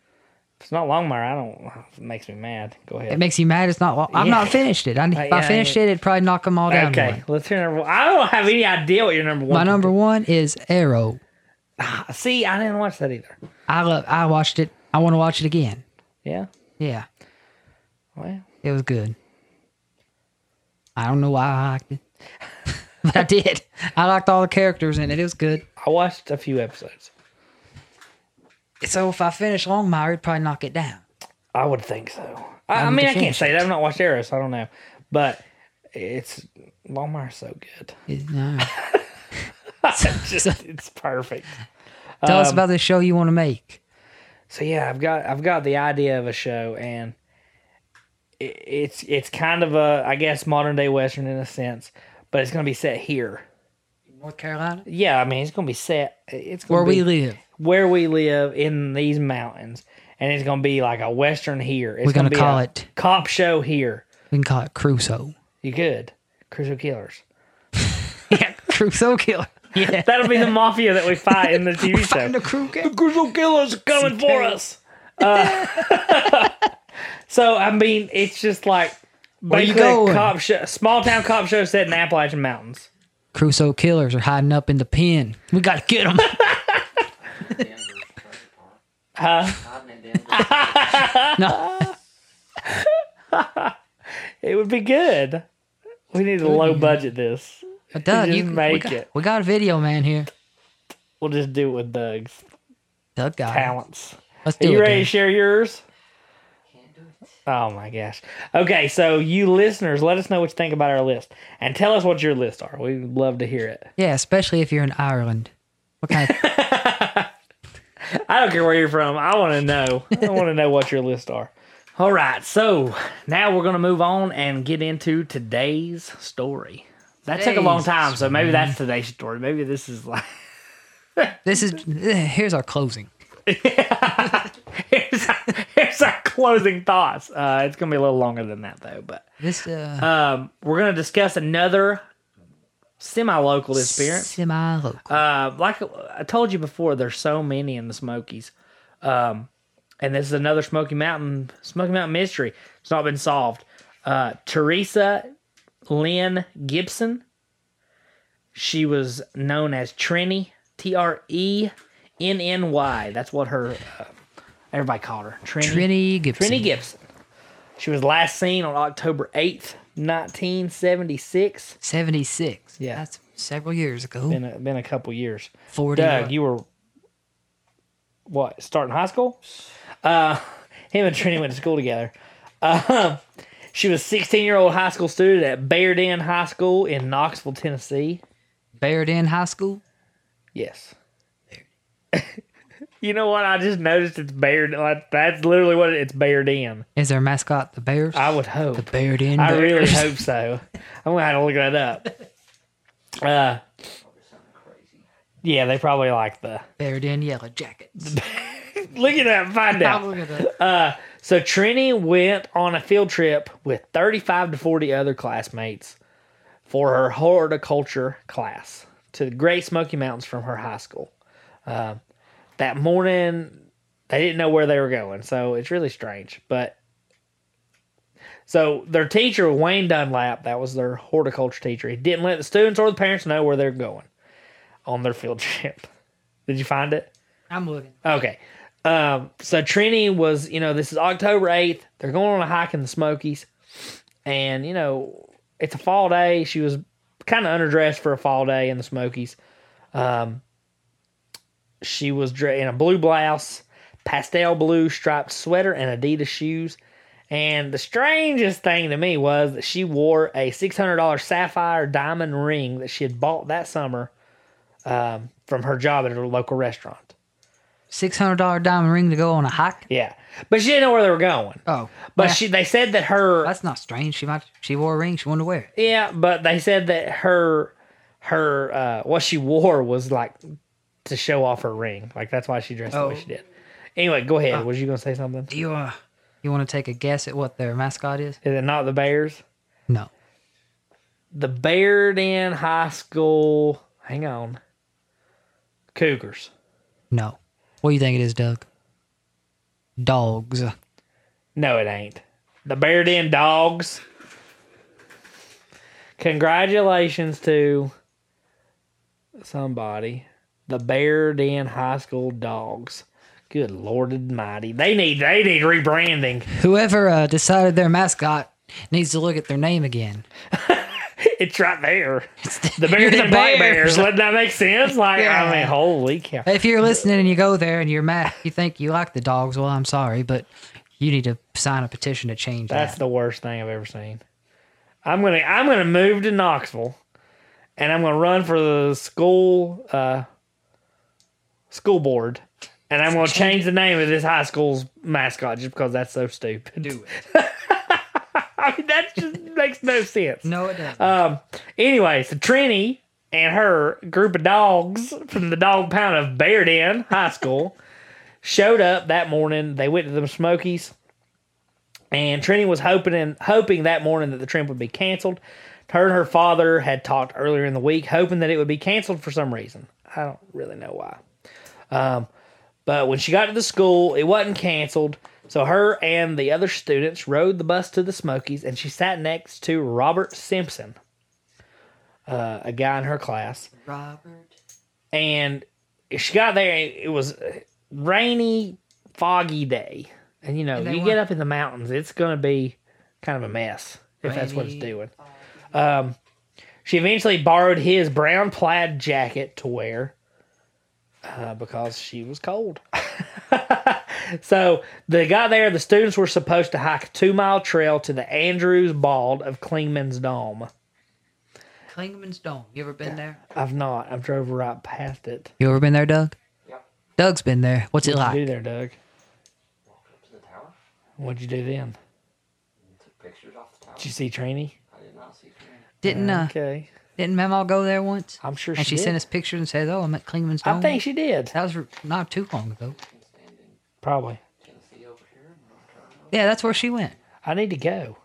Speaker 1: it's not Longmire. I don't. It makes me mad. Go ahead.
Speaker 2: It makes you mad. It's not. Well, I've
Speaker 1: Yeah. Uh,
Speaker 2: not finished it. I, if
Speaker 1: yeah,
Speaker 2: I finished it, it'd probably knock them all down.
Speaker 1: okay,
Speaker 2: one.
Speaker 1: let's hear number one. I don't have any idea what your number one.
Speaker 2: My number one is Arrow.
Speaker 1: See, I didn't watch that either.
Speaker 2: I love. I watched it. I want to watch it again.
Speaker 1: Yeah.
Speaker 2: Yeah,
Speaker 1: Well,
Speaker 2: it was good. I don't know why I liked it, but I did. I liked all the characters in it. It was good.
Speaker 1: I watched a few episodes.
Speaker 2: So if I finish Longmire, it'd probably knock it down.
Speaker 1: I would think so. I, I
Speaker 2: Um,
Speaker 1: mean,
Speaker 2: to
Speaker 1: I can't
Speaker 2: finish
Speaker 1: say that. I've not watched Arrow, so I don't know. But it's Longmire's so good.
Speaker 2: It- no.
Speaker 1: It's just it's perfect.
Speaker 2: Tell
Speaker 1: Um,
Speaker 2: us about the show you want to make.
Speaker 1: so yeah i've got i've got the idea of a show and it, it's it's kind of a i guess modern day western in a sense but it's going to be set here
Speaker 2: North Carolina,
Speaker 1: yeah i mean it's going to be set it's gonna
Speaker 2: where
Speaker 1: be
Speaker 2: we live.
Speaker 1: where we live in these mountains and it's going to be like a western here it's
Speaker 2: We're
Speaker 1: going
Speaker 2: gonna
Speaker 1: to be
Speaker 2: call
Speaker 1: a
Speaker 2: it-
Speaker 1: cop show here
Speaker 2: We can call it Crusoe.
Speaker 1: you good crucial killers
Speaker 2: Yeah, Crusoe Killer. Yeah,
Speaker 1: that'll be the mafia that we fight in the tv show
Speaker 2: the crew.
Speaker 1: The Grizzle Killers are coming for us. Uh, so I mean, it's just like
Speaker 2: you
Speaker 1: basically a
Speaker 2: going?
Speaker 1: cop show, small town cop show set in the Appalachian Mountains.
Speaker 2: Crusoe killers are hiding up in the pen. We gotta get them.
Speaker 1: It would be good. We need to low budget this.
Speaker 2: But Doug,
Speaker 1: Just
Speaker 2: you can- we
Speaker 1: make
Speaker 2: got,
Speaker 1: it.
Speaker 2: We got a video man here.
Speaker 1: We'll just do it with Doug's
Speaker 2: Doug got it.
Speaker 1: talents.
Speaker 2: Let's
Speaker 1: Are
Speaker 2: do
Speaker 1: you
Speaker 2: it.
Speaker 1: ready to
Speaker 2: Doug.
Speaker 1: share yours? Oh my gosh. Okay, so you listeners, let us know what you think about our list and tell us what your lists are. We'd love to hear it.
Speaker 2: Yeah, especially if you're in Ireland. What kind of,
Speaker 1: I don't care where you're from. I want to know. I want to know what your lists are. All right. So now we're going to move on and get into today's story. That took a long
Speaker 2: Today's
Speaker 1: time. So maybe that's today's story. Maybe this is like,
Speaker 2: this is eh, here's our closing.
Speaker 1: here's our, here's our closing thoughts. Uh, it's going to be a little longer than that, though. But
Speaker 2: This uh,
Speaker 1: um, we're going to discuss another semi local experience.
Speaker 2: semi local.
Speaker 1: Uh, like I told you before, there's so many in the Smokies, um, and this is another Smoky Mountain Smoky Mountain mystery. It's not been solved. Uh, Teresa Lynn Gibson. She was known as Trini, T R E N N Y. That's what her uh, everybody called her.
Speaker 2: Trini Gibson.
Speaker 1: Trini Gibson. She was last seen on October eighth, nineteen seventy six.
Speaker 2: 76.
Speaker 1: Yeah.
Speaker 2: That's several years ago.
Speaker 1: Been a, been a couple years.
Speaker 2: 40.
Speaker 1: Doug, you were what starting high school? Uh, him and Trini went to school together. Uh, she was 16 year old high school student at Baird End High School in Knoxville, Tennessee.
Speaker 2: Baird in high school.
Speaker 1: Yes. you know what? I just noticed it's Baird. Like, that's literally what it, it's Baird End.
Speaker 2: Is their mascot the Bears?
Speaker 1: I would hope.
Speaker 2: the Baird in.
Speaker 1: I really
Speaker 2: Bears.
Speaker 1: hope so. I'm gonna have to look that up. Uh, yeah, they probably like the
Speaker 2: Baird in yellow jackets.
Speaker 1: look it up, find out.
Speaker 2: I'm looking at that.
Speaker 1: So Trini went on a field trip with 35 to 40 other classmates for her horticulture class to the Great Smoky Mountains from her high school. Uh, that morning, they didn't know where they were going, so it's really strange. But so their teacher Wayne Dunlap, that was their horticulture teacher, he didn't let the students or the parents know where they're going on their field trip. Did you find it?
Speaker 2: I'm looking.
Speaker 1: Okay. Um, so Trini was, you know, this is October 8th. They're going on a hike in the Smokies. And, you know, it's a fall day. She was kind of underdressed for a fall day in the Smokies. Um, she was dre- in a blue blouse, pastel blue striped sweater, and Adidas shoes. And the strangest thing to me was that she wore a $600 sapphire diamond ring that she had bought that summer um, from her job at a local restaurant.
Speaker 2: Six hundred dollar diamond ring to go on a hike.
Speaker 1: Yeah, but she didn't know where they were going.
Speaker 2: Oh,
Speaker 1: But
Speaker 2: well,
Speaker 1: she, they said that her
Speaker 2: that's not strange. She might she wore a ring. She wanted to wear it.
Speaker 1: Yeah, but they said that her her uh what she wore was like to show off her ring. Like that's why she dressed the
Speaker 2: Oh.
Speaker 1: way she did. Anyway, go ahead. was you gonna say something?
Speaker 2: Do you uh, you want to take a guess at what their mascot is?
Speaker 1: Is it not the Bears?
Speaker 2: No.
Speaker 1: The Bearden High School hang on. Cougars.
Speaker 2: No. What do you think it is, Doug? Dogs.
Speaker 1: No, it ain't. The Bearden Dogs. Congratulations to somebody. The Bearden High School Dogs. Good Lord Almighty. They need they need rebranding.
Speaker 2: Whoever uh, decided their mascot needs to look at their name again.
Speaker 1: It's right there. The
Speaker 2: You're the
Speaker 1: Bearden Black Bears.
Speaker 2: Bears.
Speaker 1: Doesn't that make sense? Like
Speaker 2: Yeah.
Speaker 1: I mean, holy cow.
Speaker 2: If you're listening and you go there and you're mad, you think you like the dogs. Well, I'm sorry, but you need to sign a petition to change
Speaker 1: That's
Speaker 2: that.
Speaker 1: the worst thing I've ever seen. I'm gonna I'm gonna move to Knoxville, and I'm gonna run for the school uh, school board, and I'm gonna change the name of this high school's mascot just because that's so stupid.
Speaker 2: Do it.
Speaker 1: I mean, that just makes no sense.
Speaker 2: No, it doesn't.
Speaker 1: Um. Anyway, so Trini and her group of dogs from the dog pound of Bearden High School showed up that morning. They went to the Smokies, and Trini was hoping and hoping that morning that the trip would be canceled. Her and her father had talked earlier in the week, hoping that it would be canceled for some reason. I don't really know why. Um, But when she got to the school, it wasn't canceled. So her and the other students rode the bus to the Smokies, and she sat next to Robert Simpson, uh, a guy in her class.
Speaker 2: Robert.
Speaker 1: And she got there, and it was a rainy, foggy day. And you know,
Speaker 2: And they
Speaker 1: you
Speaker 2: were-
Speaker 1: get up in the mountains, it's going to be kind of a mess if that's what it's
Speaker 2: Rainy,
Speaker 1: doing. Um, she eventually borrowed his brown plaid jacket to wear uh, because she was cold. so they got there. The students were supposed to hike a two mile trail to the Andrews Bald of Klingman's Dome.
Speaker 2: Klingman's Dome. You ever been there?
Speaker 1: I've not. I've drove right past it.
Speaker 2: You ever been there, Doug? Doug's been there. What's it
Speaker 1: What'd you do
Speaker 2: like?
Speaker 1: there, Doug?
Speaker 3: Walked up to the tower
Speaker 1: What'd you do then?
Speaker 3: and took pictures off the tower.
Speaker 1: Did you see Trini?
Speaker 3: I did not see Fran.
Speaker 2: Didn't uh,
Speaker 1: Okay,
Speaker 2: didn't Mamaw go there once?
Speaker 1: I'm sure
Speaker 2: And she
Speaker 1: did.
Speaker 2: sent us pictures and said, "Oh, I'm at Klingman's Dome."
Speaker 1: I think she did.
Speaker 2: that was not too long ago.
Speaker 3: Stand in
Speaker 1: Probably.
Speaker 3: Tennessee over here and North Carolina.
Speaker 2: Yeah, that's where she went.
Speaker 1: I need to go.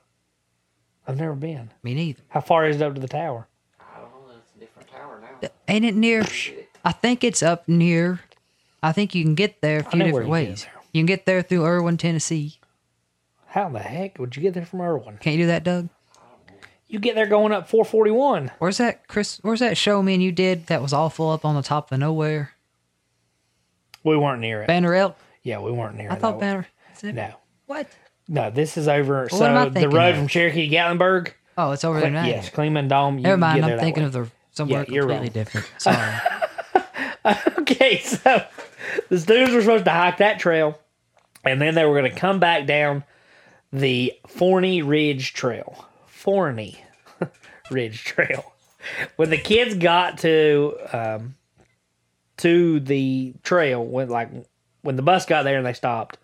Speaker 1: I've never been.
Speaker 2: Me neither.
Speaker 1: How far is it up to the tower?
Speaker 3: I don't know. It's a different tower now.
Speaker 2: Ain't it near? I think it's up near. I think you can get there a few
Speaker 1: know
Speaker 2: different
Speaker 1: where you can
Speaker 2: ways.
Speaker 1: get
Speaker 2: You can get there through Irwin, Tennessee.
Speaker 1: How the heck would you get there from Irwin?
Speaker 2: Can't you do that, Doug?
Speaker 1: You get there going up 441.
Speaker 2: Where's that Chris? Where's that show me and you did that was awful up on the top of nowhere?
Speaker 1: We weren't near it.
Speaker 2: Banner Elk.
Speaker 1: yeah, we weren't near
Speaker 2: I
Speaker 1: it. that
Speaker 2: thought Banner. is it-
Speaker 1: No.
Speaker 2: What?
Speaker 1: No, this is over.
Speaker 2: Well, what am I
Speaker 1: so the
Speaker 2: thinking
Speaker 1: road
Speaker 2: of?
Speaker 1: from Cherokee to Gatlinburg.
Speaker 2: Oh, it's over there now.
Speaker 1: Yes, Cleveland Dome. you
Speaker 2: Never
Speaker 1: can
Speaker 2: mind.
Speaker 1: get there
Speaker 2: I'm
Speaker 1: that
Speaker 2: thinking
Speaker 1: way.
Speaker 2: of the somewhere
Speaker 1: Yeah, you're
Speaker 2: completely
Speaker 1: wrong.
Speaker 2: different. Sorry.
Speaker 1: Okay, so the students were supposed to hike that trail, and then they were going to come back down the Forney Ridge Trail. Forney Ridge Trail. When the kids got to um, to the trail, when like when the bus got there and they stopped,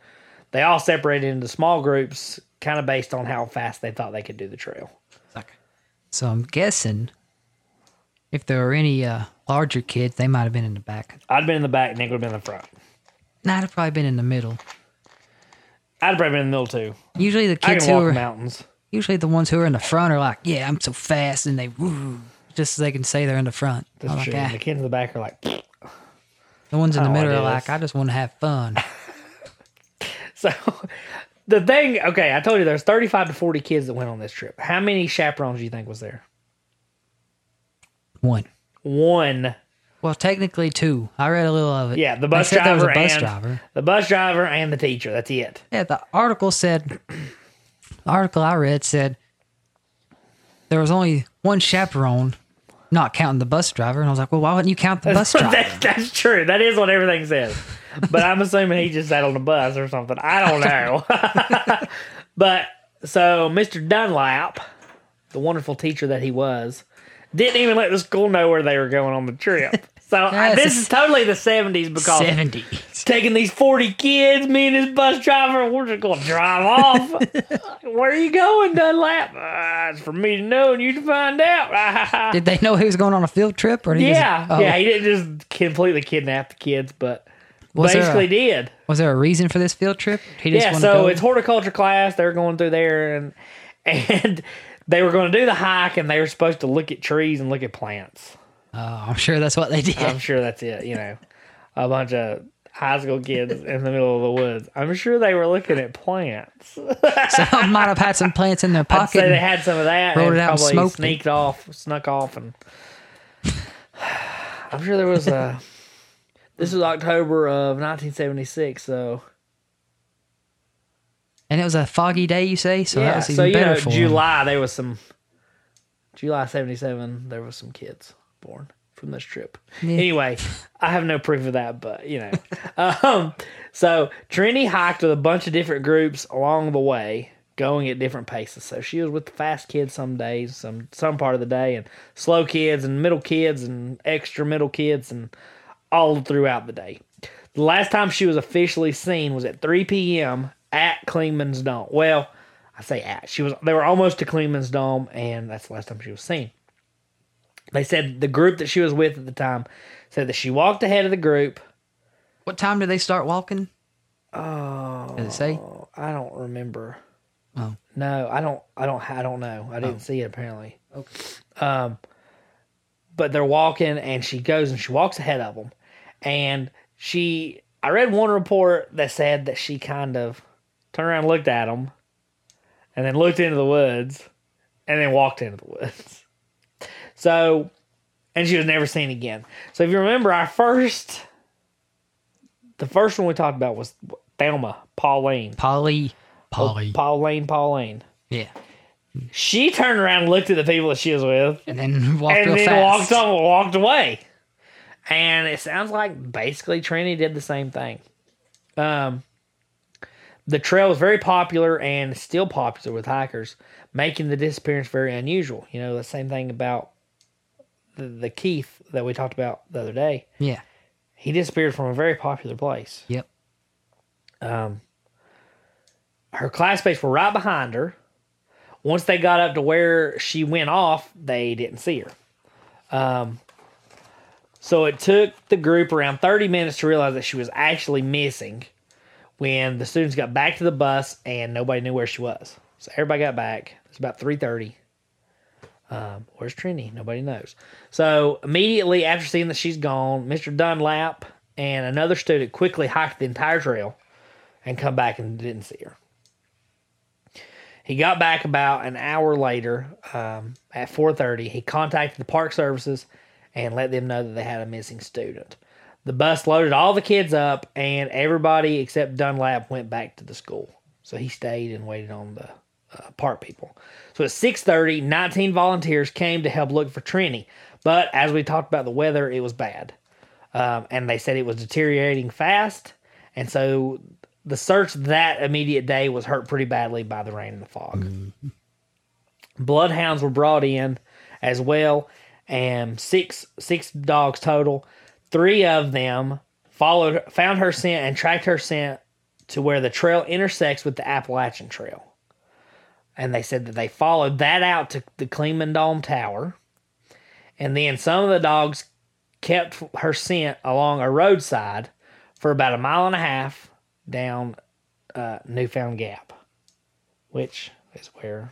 Speaker 1: they all separated into small groups, kind of based on how fast they thought they could do the trail.
Speaker 2: so I'm guessing if there were any uh, larger kids, they might have been in the back.
Speaker 1: I'd been in the back, Nick would have been in the front.
Speaker 2: Nah, I'd have probably been in the middle.
Speaker 1: I'd probably been in the middle too.
Speaker 2: Usually the
Speaker 1: I
Speaker 2: kids
Speaker 1: can
Speaker 2: who
Speaker 1: walk
Speaker 2: are
Speaker 1: mountains.
Speaker 2: usually the ones who are in the front are like, "Yeah, I'm so fast," and they woo, just so they can say they're in the front.
Speaker 1: That's
Speaker 2: I'm like,
Speaker 1: true. Oh,
Speaker 2: "Ah."
Speaker 1: The kids in the back are like.
Speaker 2: The ones in the
Speaker 1: I don't
Speaker 2: middle are
Speaker 1: wanna do
Speaker 2: like,
Speaker 1: this.
Speaker 2: "I just want to have fun."
Speaker 1: So the thing, okay, I told you there's 35 to 40 kids that went on this trip. How many chaperones do you think was there?
Speaker 2: One.
Speaker 1: One.
Speaker 2: Well, technically two. I read a little of it.
Speaker 1: Yeah, the
Speaker 2: They
Speaker 1: bus
Speaker 2: said there was a
Speaker 1: driver
Speaker 2: bus
Speaker 1: and-
Speaker 2: driver.
Speaker 1: The bus driver and the teacher. That's it.
Speaker 2: Yeah, the article said. The article I read said there was only one chaperone, not counting the bus driver. And I was like, well, why wouldn't you count the bus driver?
Speaker 1: That- that's true. That is what everything says. But I'm assuming he just sat on the bus or something. I don't know. but so Mr. Dunlap, the wonderful teacher that he was, didn't even let the school know where they were going on the trip. So I-
Speaker 2: Yes.
Speaker 1: this is totally the 70s because
Speaker 2: 70.
Speaker 1: taking these 40 kids, me and this bus driver, we're just going to drive off. where are you going, Dunlap? "Ah, it's for me to know and you to find out.
Speaker 2: Did they know he was going on a field trip? Or he just-
Speaker 1: Yeah,
Speaker 2: oh,
Speaker 1: yeah, he didn't just completely kidnap the kids, but
Speaker 2: Was there
Speaker 1: basically
Speaker 2: a-
Speaker 1: did.
Speaker 2: Was there a reason for this field trip? He just
Speaker 1: Yeah,
Speaker 2: wanted
Speaker 1: so
Speaker 2: to go?
Speaker 1: it's horticulture class. They're going through there, and and they were going to do the hike, and they were supposed to look at trees and look at plants.
Speaker 2: Oh, I'm sure that's what they did.
Speaker 1: I'm sure that's it. You know, a bunch of high school kids in the middle of the woods. I'm sure they were looking at plants.
Speaker 2: Some might have had some plants in their
Speaker 1: I'd
Speaker 2: pocket.
Speaker 1: say they
Speaker 2: and-
Speaker 1: had some of that
Speaker 2: rolled
Speaker 1: and
Speaker 2: it out and
Speaker 1: probably
Speaker 2: smoked it.
Speaker 1: sneaked off, snuck off, and I'm sure there was a. This was October of 1976, so
Speaker 2: and it was a foggy day, you say? So that was even
Speaker 1: so you
Speaker 2: better
Speaker 1: know,
Speaker 2: for 'em.
Speaker 1: July there was some. July 77, there was some kids born from this trip.
Speaker 2: Yeah.
Speaker 1: Anyway, I have no proof of that, but you know. um, so Trini hiked with a bunch of different groups along the way, going at different paces. So she was with the fast kids some days, some some part of the day, and slow kids and middle kids and extra middle kids and all throughout the day. The last time she was officially seen was at 3 p.m. at Klingman's Dome. Well, I say at. She was they were almost to Klingman's Dome, and that's the last time she was seen. They said the group that she was with at the time said that she walked ahead of the group.
Speaker 2: What time did they start walking?
Speaker 1: Oh,
Speaker 2: Does it say?
Speaker 1: I don't remember.
Speaker 2: Oh.
Speaker 1: No, I don't. I don't. I don't know. I didn't see it apparently. Okay. Um, but they're walking, and she goes and she walks ahead of them, and she. I read one report that said that she kind of turned around, and looked at them, and then looked into the woods, and then walked into the woods. So, and she was never seen again. So, if you remember, our first, the first one we talked about was Thelma Pauline.
Speaker 2: Polly. Polly.
Speaker 1: Oh. Pauline, Pauline.
Speaker 2: yeah.
Speaker 1: She turned around and looked at the people that she was with
Speaker 2: And then walked
Speaker 1: and
Speaker 2: real
Speaker 1: then
Speaker 2: fast.
Speaker 1: walked on walked away. And it sounds like basically Trini did the same thing. Um, the trail was very popular and still popular with hikers, making the disappearance very unusual. You know, the same thing about the, the Keith that we talked about the other day.
Speaker 2: Yeah.
Speaker 1: He disappeared from a very popular place.
Speaker 2: Yep.
Speaker 1: Um, her classmates were right behind her. Once they got up to where she went off, they didn't see her. Um, so it took the group around 30 minutes to realize that she was actually missing when the students got back to the bus and nobody knew where she was. So everybody got back. It's about 3.30. Um, where's Trini? Nobody knows. So immediately after seeing that she's gone, Mr. Dunlap and another student quickly hiked the entire trail and come back and didn't see her. He got back about an hour later um, at 4:30. He contacted the park services and let them know that they had a missing student. The bus loaded all the kids up, and everybody except Dunlap went back to the school. So he stayed and waited on the uh, park people. So at 6:30, 19 volunteers came to help look for Trini, but as we talked about the weather, it was bad um, and they said it was deteriorating fast. And so the search that immediate day was hurt pretty badly by the rain and the fog. Bloodhounds were brought in as well, and six six dogs total. Three of them followed, found her scent, and tracked her scent to where the trail intersects with the Appalachian Trail. And they said that they followed that out to the Kleeman Dome Tower. And then some of the dogs kept her scent along a roadside for about a mile and a half down uh, Newfound Gap, which is where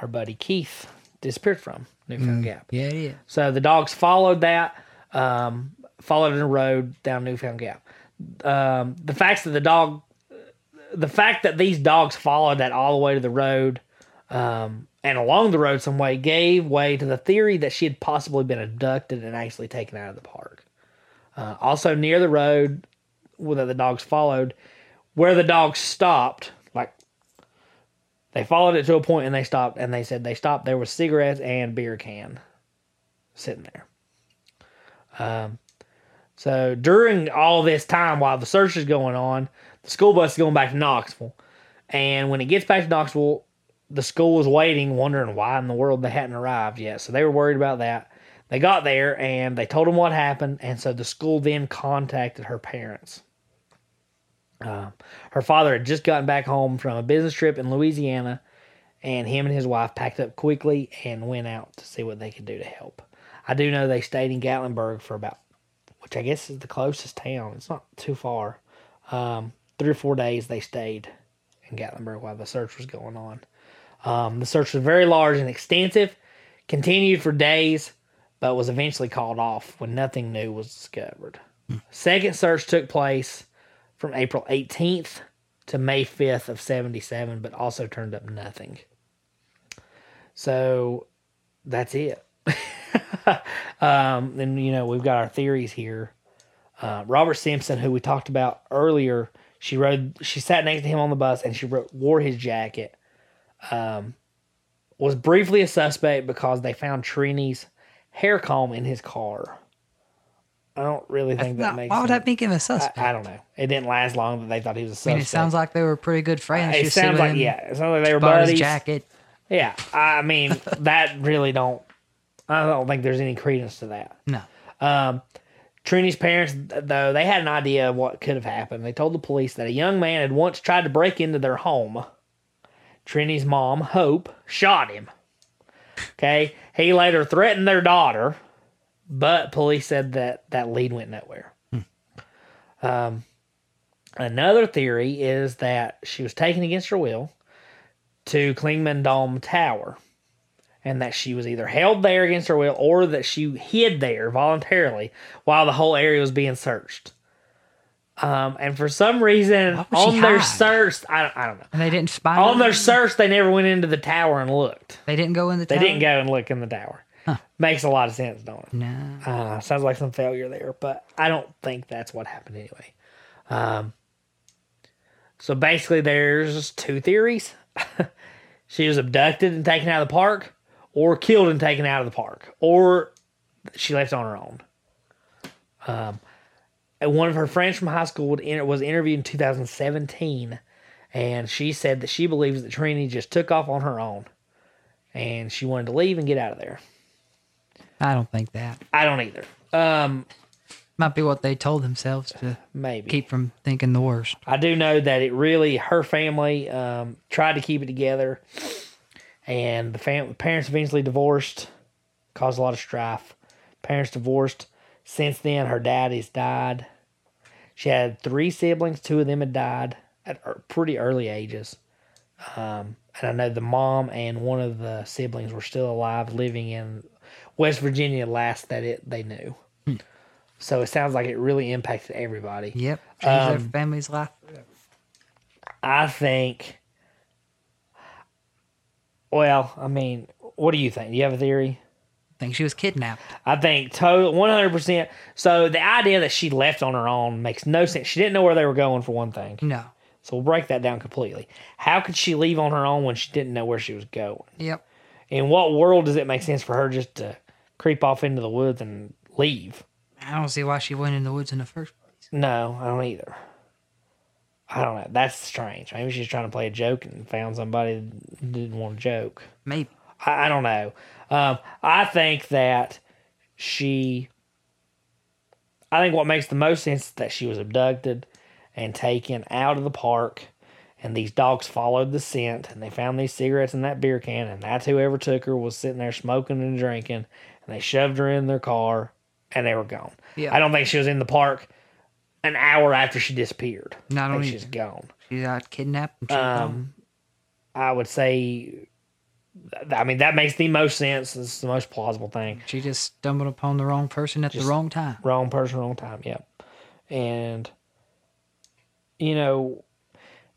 Speaker 1: our buddy Keith disappeared from Newfound Gap.
Speaker 2: Yeah, yeah.
Speaker 1: So the dogs followed that, um, followed the road down Newfound Gap. Um, the facts that the dog, the fact that these dogs followed that all the way to the road, um, and along the road some way, gave way to the theory that she had possibly been abducted and actually taken out of the park. Uh, also near the road where the dogs followed, where the dogs stopped, like They followed it to a point and they stopped and they said they stopped. There was cigarettes and beer can sitting there. Um, so during all this time while the search is going on, the school bus is going back to Knoxville. And when it gets back to Knoxville, the school was waiting, wondering why in the world they hadn't arrived yet. So they were worried about that. They got there and they told them what happened. And so the school then contacted her parents. Uh, her father had just gotten back home from a business trip in Louisiana, and him and his wife packed up quickly and went out to see what they could do to help. I do know they stayed in Gatlinburg for about, which I guess is the closest town. It's not too far. Um, three or four days they stayed in Gatlinburg while the search was going on. Um, the search was very large and extensive, continued for days, but was eventually called off when nothing new was discovered. Second search took place from April 18th to May 5th of 77, but also turned up nothing. So that's it. um, and, you know, we've got our theories here. Uh, Robert Simpson, who we talked about earlier, she rode, she sat next to him on the bus and she ro- wore his jacket. Um, was briefly a suspect because they found Trini's hair comb in his car. I don't really think that
Speaker 2: Not-
Speaker 1: makes
Speaker 2: why would
Speaker 1: sense.
Speaker 2: that make him a suspect?
Speaker 1: I, I don't know. It didn't last long that they thought he was a
Speaker 2: I
Speaker 1: suspect.
Speaker 2: mean, it sounds like they were pretty good friends.
Speaker 1: it
Speaker 2: just
Speaker 1: sounds
Speaker 2: sitting
Speaker 1: like
Speaker 2: in
Speaker 1: yeah. It sounds like they were
Speaker 2: bought
Speaker 1: buddies.
Speaker 2: his jacket.
Speaker 1: Yeah, I mean that really don't. I don't think there's any credence to that.
Speaker 2: No.
Speaker 1: Um, Trini's parents, th- though, they had an idea of what could have happened. They told the police that a young man had once tried to break into their home. Trini's mom, Hope, shot him. Okay. He later threatened their daughter, but police said that that lead went nowhere.
Speaker 2: Hmm.
Speaker 1: Um, another theory is that she was taken against her will to Klingman Dome Tower and that she was either held there against her will or that she hid there voluntarily while the whole area was being searched. Um, and for some reason,
Speaker 2: Why would she
Speaker 1: on their
Speaker 2: hide?
Speaker 1: search, I don't, I don't know.
Speaker 2: And they didn't spy
Speaker 1: On
Speaker 2: on
Speaker 1: their
Speaker 2: them?
Speaker 1: search, they never went into the tower and looked.
Speaker 2: They didn't go in the
Speaker 1: They
Speaker 2: tower?
Speaker 1: didn't go and look in the tower. Makes a lot of sense, don't it?
Speaker 2: No.
Speaker 1: Uh, sounds like some failure there, but I don't think that's what happened anyway. Um, so basically, there's two theories: she was abducted and taken out of the park, or killed and taken out of the park, or she left on her own. Um, and one of her friends from high school would inter- was interviewed in 2017, and she said that she believes that Trini just took off on her own, and she wanted to leave and get out of there.
Speaker 2: I don't think that.
Speaker 1: I don't either. Um,
Speaker 2: Might be what they told themselves to
Speaker 1: maybe.
Speaker 2: keep from thinking the worst.
Speaker 1: I do know that it really her family um, tried to keep it together, and the fam- parents eventually divorced, caused a lot of strife. Parents divorced. Since then, her daddy's died. She had three siblings. Two of them had died at ear- pretty early ages, um, and I know the mom and one of the siblings were still alive, living in West Virginia. Last that it they knew. So it sounds like it really impacted everybody.
Speaker 2: Yep. Change their
Speaker 1: Um,
Speaker 2: family's life.
Speaker 1: I think. Well, I mean, what do you think? Do you have a theory?
Speaker 2: think she was kidnapped.
Speaker 1: I think total one hundred percent. So the idea that she left on her own makes no sense. She didn't know where they were going for one thing.
Speaker 2: No.
Speaker 1: So we'll break that down completely. How could she leave on her own when she didn't know where she was going?
Speaker 2: Yep.
Speaker 1: In what world does it make sense for her just to creep off into the woods and leave?
Speaker 2: I don't see why she went in the woods in the first place.
Speaker 1: No, I don't either. I don't know. That's strange. Maybe she's trying to play a joke and found somebody that didn't want to joke.
Speaker 2: Maybe.
Speaker 1: I, I don't know. Um, I think that she. I think what makes the most sense is that she was abducted and taken out of the park, and these dogs followed the scent, and they found these cigarettes in that beer can, and that's whoever took her was sitting there smoking and drinking, and they shoved her in their car, and they were gone.
Speaker 2: Yeah.
Speaker 1: I don't think she was in the park an hour after she disappeared.
Speaker 2: No, I
Speaker 1: I
Speaker 2: don't
Speaker 1: think
Speaker 2: either.
Speaker 1: she's gone.
Speaker 2: She got kidnapped. And she
Speaker 1: Um, I would say, th- I mean, that makes the most sense. It's the most plausible thing.
Speaker 2: she just stumbled upon the wrong person at
Speaker 1: Just-
Speaker 2: the wrong time.
Speaker 1: Wrong person, wrong time. Yep. And, you know,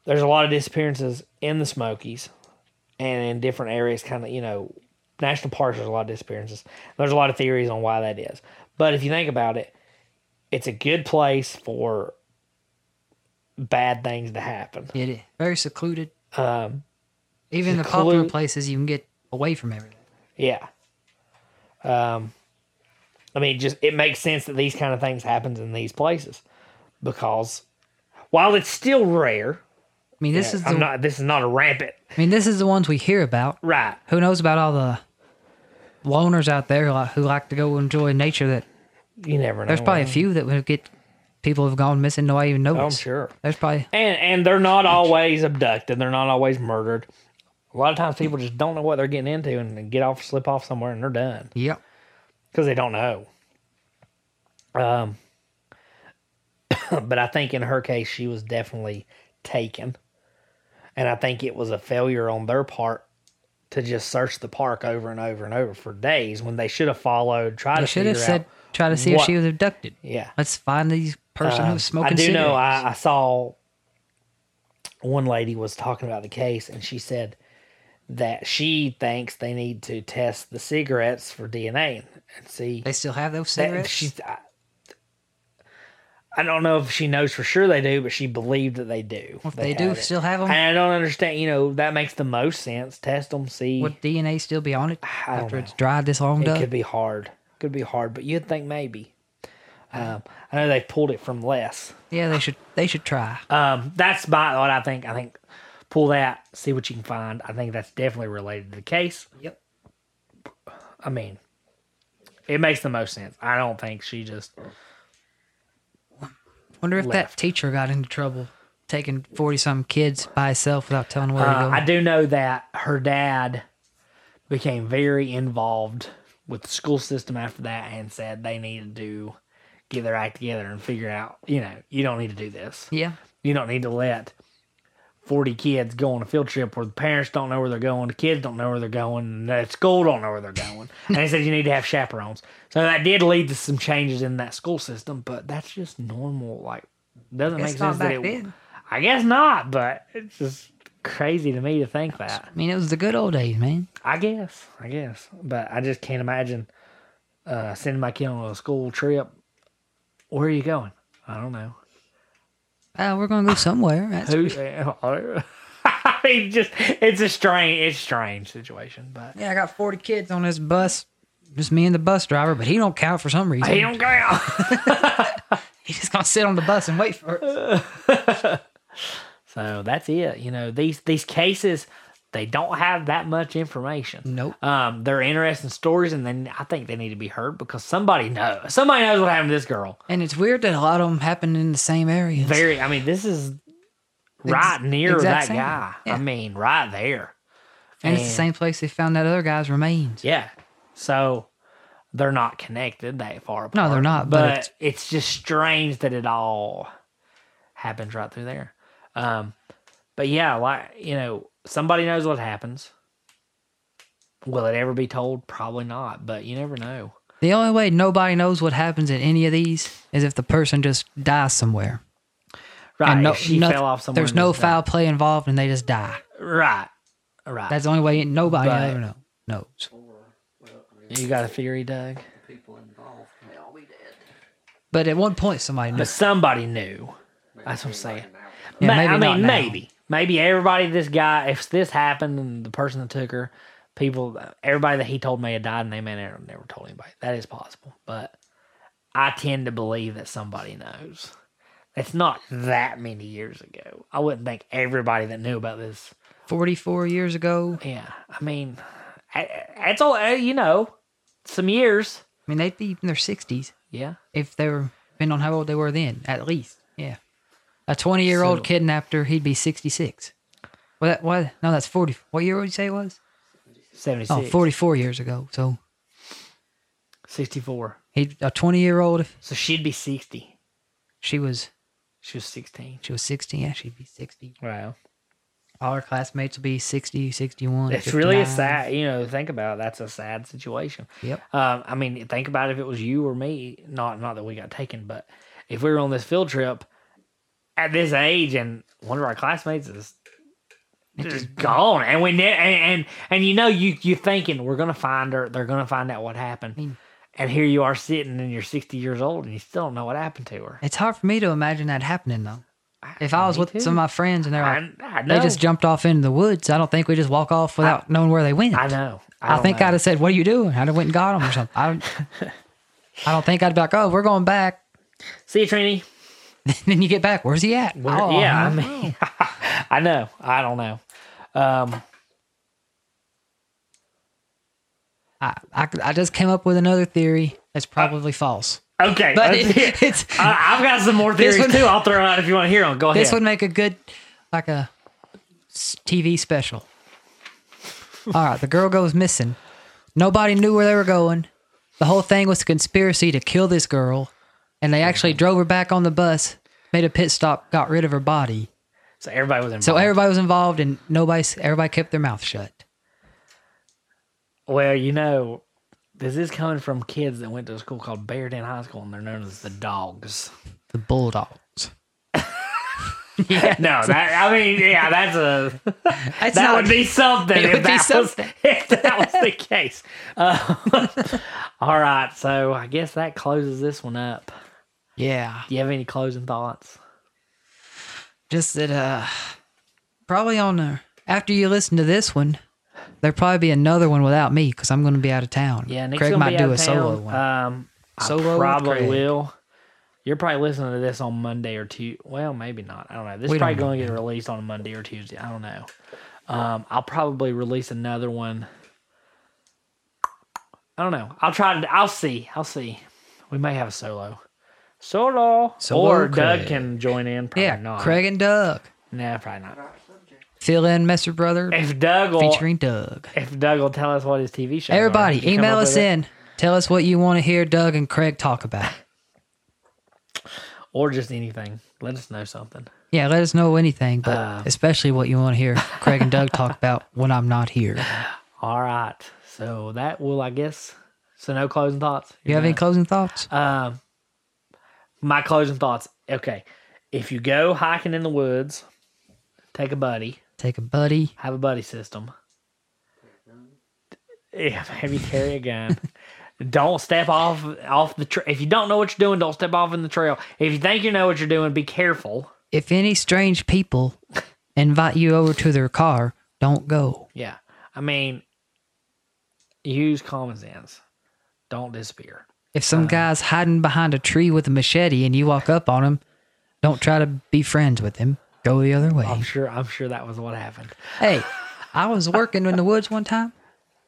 Speaker 1: there's a lot of disappearances in the Smokies and in different areas, kind of, you know, national parks, there's a lot of disappearances. There's a lot of theories on why that is. But if you think about it, it's a good place for bad things to happen.
Speaker 2: It is very secluded.
Speaker 1: Um,
Speaker 2: Even the
Speaker 1: Include-
Speaker 2: popular places, you can get away from everything.
Speaker 1: Yeah. Um, I mean, just it makes sense that these kind of things happens in these places because while it's still rare,
Speaker 2: I mean, this is the,
Speaker 1: I'm not. This is not a rampant
Speaker 2: I mean, this is the ones we hear about.
Speaker 1: right.
Speaker 2: Who knows about all the loners out there who like, who like to go enjoy nature? That
Speaker 1: You never know.
Speaker 2: there's probably a
Speaker 1: right?
Speaker 2: few that would get people have gone missing. No, I even
Speaker 1: Oh, I'm
Speaker 2: noticed.
Speaker 1: sure.
Speaker 2: There's probably
Speaker 1: And and they're not always abducted. They're not always murdered. A lot of times people just don't know what they're getting into and they get off, slip off somewhere, and they're done
Speaker 2: yep.
Speaker 1: because they don't know. Um, but I think in her case, she was definitely taken, and I think it was a failure on their part to just search the park over and over and over for days when they should have followed, tried
Speaker 2: They
Speaker 1: to
Speaker 2: should
Speaker 1: figure
Speaker 2: have said
Speaker 1: out.
Speaker 2: try to see if
Speaker 1: what-
Speaker 2: she was abducted.
Speaker 1: Yeah,
Speaker 2: Let's find the person
Speaker 1: um,
Speaker 2: who's smoking.
Speaker 1: I do know.
Speaker 2: cigarettes.
Speaker 1: I, I saw one lady was talking about the case, and she said that she thinks they need to test the cigarettes for DNA and see.
Speaker 2: They still have those
Speaker 1: that-
Speaker 2: cigarettes.
Speaker 1: she, I, uh, I don't know if she knows for sure they do, but she believed that they do.
Speaker 2: if they do
Speaker 1: had it.
Speaker 2: still have them,
Speaker 1: And I don't understand. You know that makes the most sense. Test them, see.
Speaker 2: would DNA still be on it
Speaker 1: I don't
Speaker 2: after
Speaker 1: know.
Speaker 2: it's dried this long?
Speaker 1: It
Speaker 2: Doug?
Speaker 1: could be hard. Could be hard, but you'd think maybe. Um, I know they pulled it from less.
Speaker 2: Yeah, they should. They should try.
Speaker 1: Um, that's by what I think. I think pull that, see what you can find. I think that's definitely related to the case.
Speaker 2: Yep.
Speaker 1: I mean, it makes the most sense. I don't think she just.
Speaker 2: Wonder if
Speaker 1: Left.
Speaker 2: that teacher got into trouble taking forty some kids by himself without telling where
Speaker 1: Uh,
Speaker 2: to
Speaker 1: I
Speaker 2: go.
Speaker 1: do know that her dad became very involved with the school system after that and said they needed to get their act together and figure out, you know, you don't need to do this.
Speaker 2: Yeah,
Speaker 1: You don't need to let 40 kids go on a field trip where the parents don't know where they're going, the kids don't know where they're going, and the school don't know where they're going. and he said you need to have chaperones. So that did lead to some changes in that school system, but that's just normal. Like, doesn't make
Speaker 2: it's
Speaker 1: sense
Speaker 2: not
Speaker 1: that
Speaker 2: back
Speaker 1: it,
Speaker 2: then.
Speaker 1: I guess not, but it's just crazy to me to think that.
Speaker 2: I mean, it was the good old days, man.
Speaker 1: I guess, I guess, but I just can't imagine uh, sending my kid on a school trip. Where are you going? I don't know.
Speaker 2: Uh, we're gonna go somewhere. That's,
Speaker 1: Who? I mean, just it's a strange, it's a strange situation, but
Speaker 2: yeah, I got forty kids on this bus. Just me and the bus driver, but he don't count for some reason.
Speaker 1: he don't care.
Speaker 2: He's just gonna sit on the bus and wait for us.
Speaker 1: so that's it. You know these these cases, they don't have that much information.
Speaker 2: Nope.
Speaker 1: Um, they're interesting stories, and then I think they need to be heard because somebody knows. Somebody knows what happened to this girl.
Speaker 2: And it's weird that a lot of them happen in the same areas.
Speaker 1: Very. I mean, this is right near
Speaker 2: exact
Speaker 1: that
Speaker 2: same.
Speaker 1: guy.
Speaker 2: Yeah.
Speaker 1: I mean, right there.
Speaker 2: and it's the
Speaker 1: and-
Speaker 2: same place they found that other guy's remains.
Speaker 1: Yeah. So they're not connected that far apart.
Speaker 2: No, they're not, but
Speaker 1: But,
Speaker 2: it's-
Speaker 1: it's, just strange that it all happens right through there. Um, but yeah, like you know, somebody knows what happens. Will it ever be told? Probably not. But you never know.
Speaker 2: The only way nobody knows what happens in any of these is if the person just dies somewhere.
Speaker 1: Right.
Speaker 2: And
Speaker 1: if she
Speaker 2: noth-
Speaker 1: fell off somewhere.
Speaker 2: There's
Speaker 1: and
Speaker 2: no
Speaker 1: just died.
Speaker 2: foul play involved, and they just die.
Speaker 1: Right. Right.
Speaker 2: That's the only way nobody
Speaker 1: Right.
Speaker 2: ever know, knows.
Speaker 3: Or, well, I mean,
Speaker 1: you got a theory, Doug?
Speaker 3: the people involved may all be dead.
Speaker 2: But at one point, somebody
Speaker 1: But
Speaker 2: knows.
Speaker 1: somebody knew.
Speaker 3: Maybe
Speaker 1: That's what I'm
Speaker 3: somebody
Speaker 1: saying.
Speaker 3: now knows.
Speaker 2: Yeah,
Speaker 1: Ma-
Speaker 2: maybe
Speaker 1: I
Speaker 2: not
Speaker 1: mean,
Speaker 2: now.
Speaker 1: maybe, maybe everybody. This guy, if this happened, and the person that took her, people, everybody that he told may have died, and they may never, never told anybody. That is possible, but I tend to believe that somebody knows. It's not that many years ago. I wouldn't think everybody that knew about this.
Speaker 2: 44 years ago.
Speaker 1: Yeah, I mean, I- I- it's all uh, you know, some years.
Speaker 2: I mean, they'd be in their 60s
Speaker 1: Yeah,
Speaker 2: if they were, depending on how old they were then, at least. Yeah. A 20 year old
Speaker 1: So-
Speaker 2: kidnapped her, he'd be 66. Well, that, what? No, that's 40. What year would you say it was?
Speaker 1: seventy
Speaker 2: Oh,
Speaker 1: six.
Speaker 2: 44 years ago. So
Speaker 1: Sixty four.
Speaker 2: he, a 20 year old, if
Speaker 1: So she'd be sixty.
Speaker 2: she was
Speaker 1: She was sixteen.
Speaker 2: she was 16, yeah, she'd be 60.
Speaker 1: Wow.
Speaker 2: All her classmates would be 60, 61.
Speaker 1: It's really a
Speaker 2: 59.
Speaker 1: sad, you know. Think about it. that's a sad situation.
Speaker 2: Yep.
Speaker 1: Um, I mean, think about if it was you or me. Not not that we got taken, but if we were on this field trip at this age, and one of our classmates is just gone, and we ne- and, and and you know you you thinking we're gonna find her, they're gonna find out what happened,
Speaker 2: Mm.
Speaker 1: and here you are sitting and you're sixty years old and you still don't know what happened to her.
Speaker 2: It's hard for me to imagine that happening though. If I was
Speaker 1: Me
Speaker 2: with
Speaker 1: too.
Speaker 2: some of my friends and they're like,
Speaker 1: I, I know.
Speaker 2: they just jumped off into the woods, I don't think we just walk off without knowing where they went.
Speaker 1: I know.
Speaker 2: I,
Speaker 1: don't
Speaker 2: think
Speaker 1: know.
Speaker 2: I'd have said, "What are you doing?" I'd have went and got them or something. I don't. I don't think I'd be like, "Oh, we're going back."
Speaker 1: see you, Trini.
Speaker 2: then you get back. Where's he at?
Speaker 1: Where-
Speaker 2: Oh,
Speaker 1: yeah,
Speaker 2: huh.
Speaker 1: I mean, I know. I don't know. Um,
Speaker 2: I, I, I just came up with another theory that's probably false.
Speaker 1: okay,
Speaker 2: But
Speaker 1: let's
Speaker 2: it-
Speaker 1: hear-
Speaker 2: it's
Speaker 1: I, I've got some more
Speaker 2: This
Speaker 1: theories
Speaker 2: one-
Speaker 1: too. I'll throw out if you want to hear them. Go ahead.
Speaker 2: this would make a good like a s- TV special. All right, the girl goes missing. Nobody knew where they were going. The whole thing was a conspiracy to kill this girl, and they actually drove her back on the bus, made a pit stop, got rid of her body.
Speaker 1: so everybody was involved.
Speaker 2: So everybody was involved, and nobody s- everybody kept their mouth shut.
Speaker 1: well, you know, this is coming from kids that went to a school called Bearden High School, and they're known as the Dogs.
Speaker 2: The bulldogs.
Speaker 1: No, that I mean, yeah, that's a
Speaker 2: That's
Speaker 1: that
Speaker 2: not-
Speaker 1: would be something
Speaker 2: it
Speaker 1: if
Speaker 2: would be
Speaker 1: that
Speaker 2: something.
Speaker 1: was if that was the case. Uh, all right, so I guess that closes this one up.
Speaker 2: Yeah.
Speaker 1: Do you have any closing thoughts?
Speaker 2: just that uh probably on the after you listen to this one there'll probably be another one without me because i'm going to be out of town
Speaker 1: Yeah, Nick's
Speaker 2: craig
Speaker 1: gonna
Speaker 2: might
Speaker 1: be
Speaker 2: do
Speaker 1: out
Speaker 2: a
Speaker 1: of
Speaker 2: solo
Speaker 1: town.
Speaker 2: one
Speaker 1: Um,
Speaker 2: Solo
Speaker 1: I
Speaker 2: with
Speaker 1: probably
Speaker 2: Craig.
Speaker 1: will. You're probably listening to this on Monday or Tuesday. Well, maybe not. I don't know. This
Speaker 2: We
Speaker 1: is
Speaker 2: don't
Speaker 1: probably
Speaker 2: know,
Speaker 1: going to get released on Monday or Tuesday. I don't know. Um, I'll probably release another one. I don't know. I'll try to. I'll see. I'll see. We may have a solo. Solo.
Speaker 2: Solo
Speaker 1: or Doug
Speaker 2: Craig.
Speaker 1: can join in. Probably
Speaker 2: yeah
Speaker 1: not.
Speaker 2: craig and doug
Speaker 1: Nah, probably not.
Speaker 3: Right subject.
Speaker 2: fill in messer brother
Speaker 1: If Doug will,
Speaker 2: featuring doug
Speaker 1: if Doug will tell us what his TV show.
Speaker 2: everybody email us in tell us what you want to hear doug and craig talk about
Speaker 1: or just anything. Let us know something.
Speaker 2: yeah let us know anything but
Speaker 1: Uh.
Speaker 2: especially what you want to hear craig and doug talk about when i'm not here
Speaker 1: All right. So that will, I guess. So no closing thoughts.
Speaker 2: you have any closing thoughts
Speaker 1: Um, my closing thoughts. Okay, if you go hiking in the woods, take a buddy.
Speaker 2: take a buddy
Speaker 1: Have a buddy system. Yeah, maybe carry a gun. don't step off off the trail. If you don't know what you're doing, don't step off in the trail. If you think you know what you're doing, be careful.
Speaker 2: if any strange people invite you over to their car don't go
Speaker 1: Yeah, I mean, use common sense. Don't disappear.
Speaker 2: If some guy's hiding behind a tree with a machete and you walk up on him, don't try to be friends with him. Go the other way.
Speaker 1: I'm sure. I'm sure that was what happened.
Speaker 2: hey, I was working in the woods one time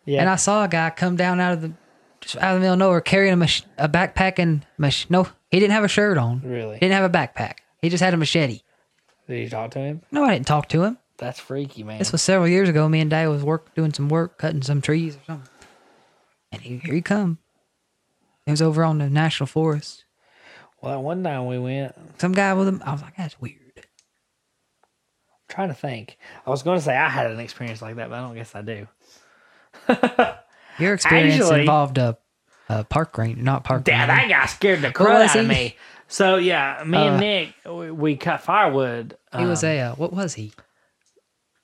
Speaker 1: Yeah.
Speaker 2: and I saw a guy come down out of the just out of the middle of nowhere carrying a, mach- a backpack and mach- no, he didn't have a shirt on.
Speaker 1: Really?
Speaker 2: He didn't have a backpack. He just had a machete.
Speaker 1: Did you talk to him?
Speaker 2: No, I didn't talk to him.
Speaker 1: That's freaky, man.
Speaker 2: This was several years ago. Me and Dad was work doing some work, cutting some trees or something. And he, here he come. He was over on the national forest.
Speaker 1: well, that one time we went. I'm
Speaker 2: Some guy with him. I was like, that's weird.
Speaker 1: trying to think. I was going to say I had an experience like that, but I don't guess I do.
Speaker 2: Your experience
Speaker 1: Actually-
Speaker 2: involved a, a park ranger, not park
Speaker 1: Dad,
Speaker 2: ranger.
Speaker 1: that guy scared the crud
Speaker 2: was
Speaker 1: out of
Speaker 2: he?
Speaker 1: me. So yeah, me and
Speaker 2: Uh,
Speaker 1: Nick, we, we cut firewood.
Speaker 2: he was
Speaker 1: um,
Speaker 2: a uh, what was he?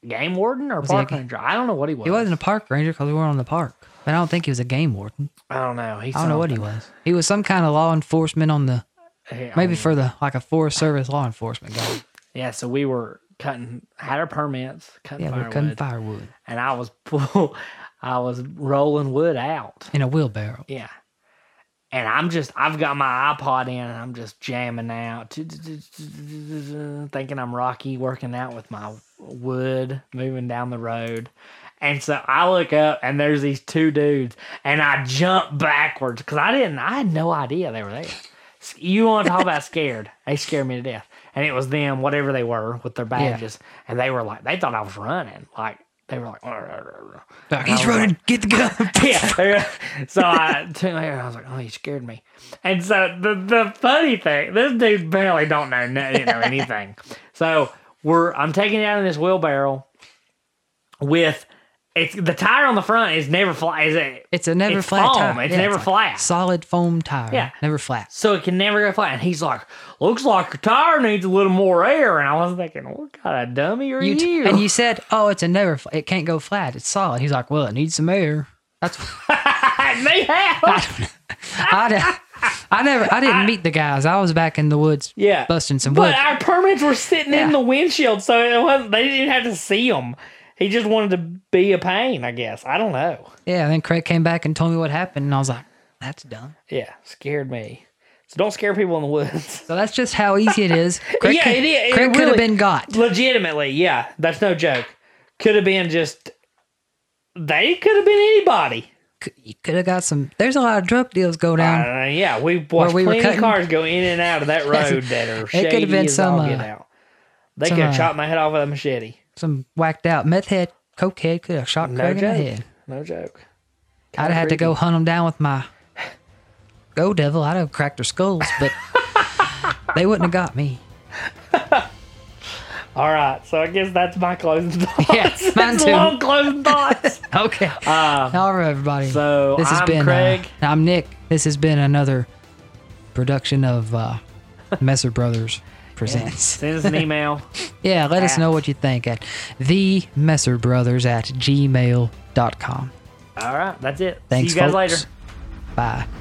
Speaker 1: game warden or
Speaker 2: he a
Speaker 1: park
Speaker 2: ga-
Speaker 1: ranger. I don't know what he was.
Speaker 2: He wasn't a park ranger because we weren't on the park. But I don't think he was a game warden.
Speaker 1: I don't know. He's
Speaker 2: I don't know what he was. He was some kind of law enforcement on the
Speaker 1: Oh.
Speaker 2: maybe for the like a Forest Service law enforcement guy.
Speaker 1: yeah. So we were cutting, had our permits, cutting
Speaker 2: Yeah, we we're
Speaker 1: firewood,
Speaker 2: cutting firewood
Speaker 1: and I was pull, I was rolling wood out.
Speaker 2: in a wheelbarrow.
Speaker 1: Yeah. And I'm just, I've got my iPod in and I'm just jamming out, thinking I'm Rocky working out with my wood, moving down the road. And so I look up and there's these two dudes and I jump backwards because I didn't, I had no idea they were there. You want to talk about scared? They scared me to death. And it was them, whatever they were, with their badges. And they were like, they thought I was running. Like, they were like,
Speaker 2: Like, He's running. Get the gun.
Speaker 1: yeah. So I took my hair. I was like, oh, you scared me. And so the the funny thing, this dude barely don't know no- you know anything. So we're I'm taking it out in this wheelbarrow with it's the tire on the front is never flat. Is it?
Speaker 2: It's a never
Speaker 1: It's
Speaker 2: flat
Speaker 1: foam.
Speaker 2: tire.
Speaker 1: It's never flat.
Speaker 2: Solid foam tire.
Speaker 1: Yeah.
Speaker 2: Never flat.
Speaker 1: So it can never go flat. And he's like, looks like your tire needs a little more air. And I was thinking, what kind of dummy are you?
Speaker 2: You t- and you said, "Oh, it's a never. Fl- it can't go flat. It's solid." He's like, "Well, it needs some air." That's
Speaker 1: And they have.
Speaker 2: I, I never. I didn't meet the guys. I was back in the woods.
Speaker 1: Yeah,
Speaker 2: busting some
Speaker 1: But
Speaker 2: wood.
Speaker 1: our permits were sitting in
Speaker 2: Yeah.
Speaker 1: the windshield, so it wasn't, they didn't have to see them. He just wanted to be a pain, I guess. I don't know.
Speaker 2: Yeah. And then Craig came back and told me what happened, and I was like, "That's dumb."
Speaker 1: Yeah, scared me. So don't scare people in the woods.
Speaker 2: So that's just how easy it is. Craig
Speaker 1: Yeah,
Speaker 2: could,
Speaker 1: it is- it
Speaker 2: Craig could have
Speaker 1: really-
Speaker 2: been got.
Speaker 1: Legitimately, yeah, that's no joke. Could have been just they could have been anybody.
Speaker 2: C- You could have got some. There's a lot of drug deals go down.
Speaker 1: Uh, yeah, we watched
Speaker 2: Um, we were
Speaker 1: plenty of
Speaker 2: cutting-
Speaker 1: cars go in and out of that road that are shady
Speaker 2: could've been
Speaker 1: as all
Speaker 2: some,
Speaker 1: get
Speaker 2: uh,
Speaker 1: out. They
Speaker 2: some,
Speaker 1: could have
Speaker 2: uh,
Speaker 1: chopped my head off with a machete.
Speaker 2: some whacked out meth head, coke head could have shot
Speaker 1: No
Speaker 2: Craig in the
Speaker 1: joke.
Speaker 2: head.
Speaker 1: No joke.
Speaker 2: I'd have had to go hunt him down with my go devil. I'd have cracked their skulls, but they wouldn't have got me.
Speaker 1: All right, so I guess that's my closing thoughts.
Speaker 2: Yeah, mine
Speaker 1: That's
Speaker 2: too.
Speaker 1: long closing thoughts.
Speaker 2: Okay.
Speaker 1: Um,
Speaker 2: All right, everybody.
Speaker 1: so
Speaker 2: this has
Speaker 1: I'm
Speaker 2: been uh,
Speaker 1: Craig.
Speaker 2: I'm Nick. This has been another production of uh, Messer Brothers presents.
Speaker 1: Send us an email.
Speaker 2: Yeah, let us
Speaker 1: At-
Speaker 2: know what you think at the Messer Brothers at gmail.com.
Speaker 1: All right, that's it.
Speaker 2: Thanks,
Speaker 1: See you guys
Speaker 2: folks.
Speaker 1: later.
Speaker 2: Bye.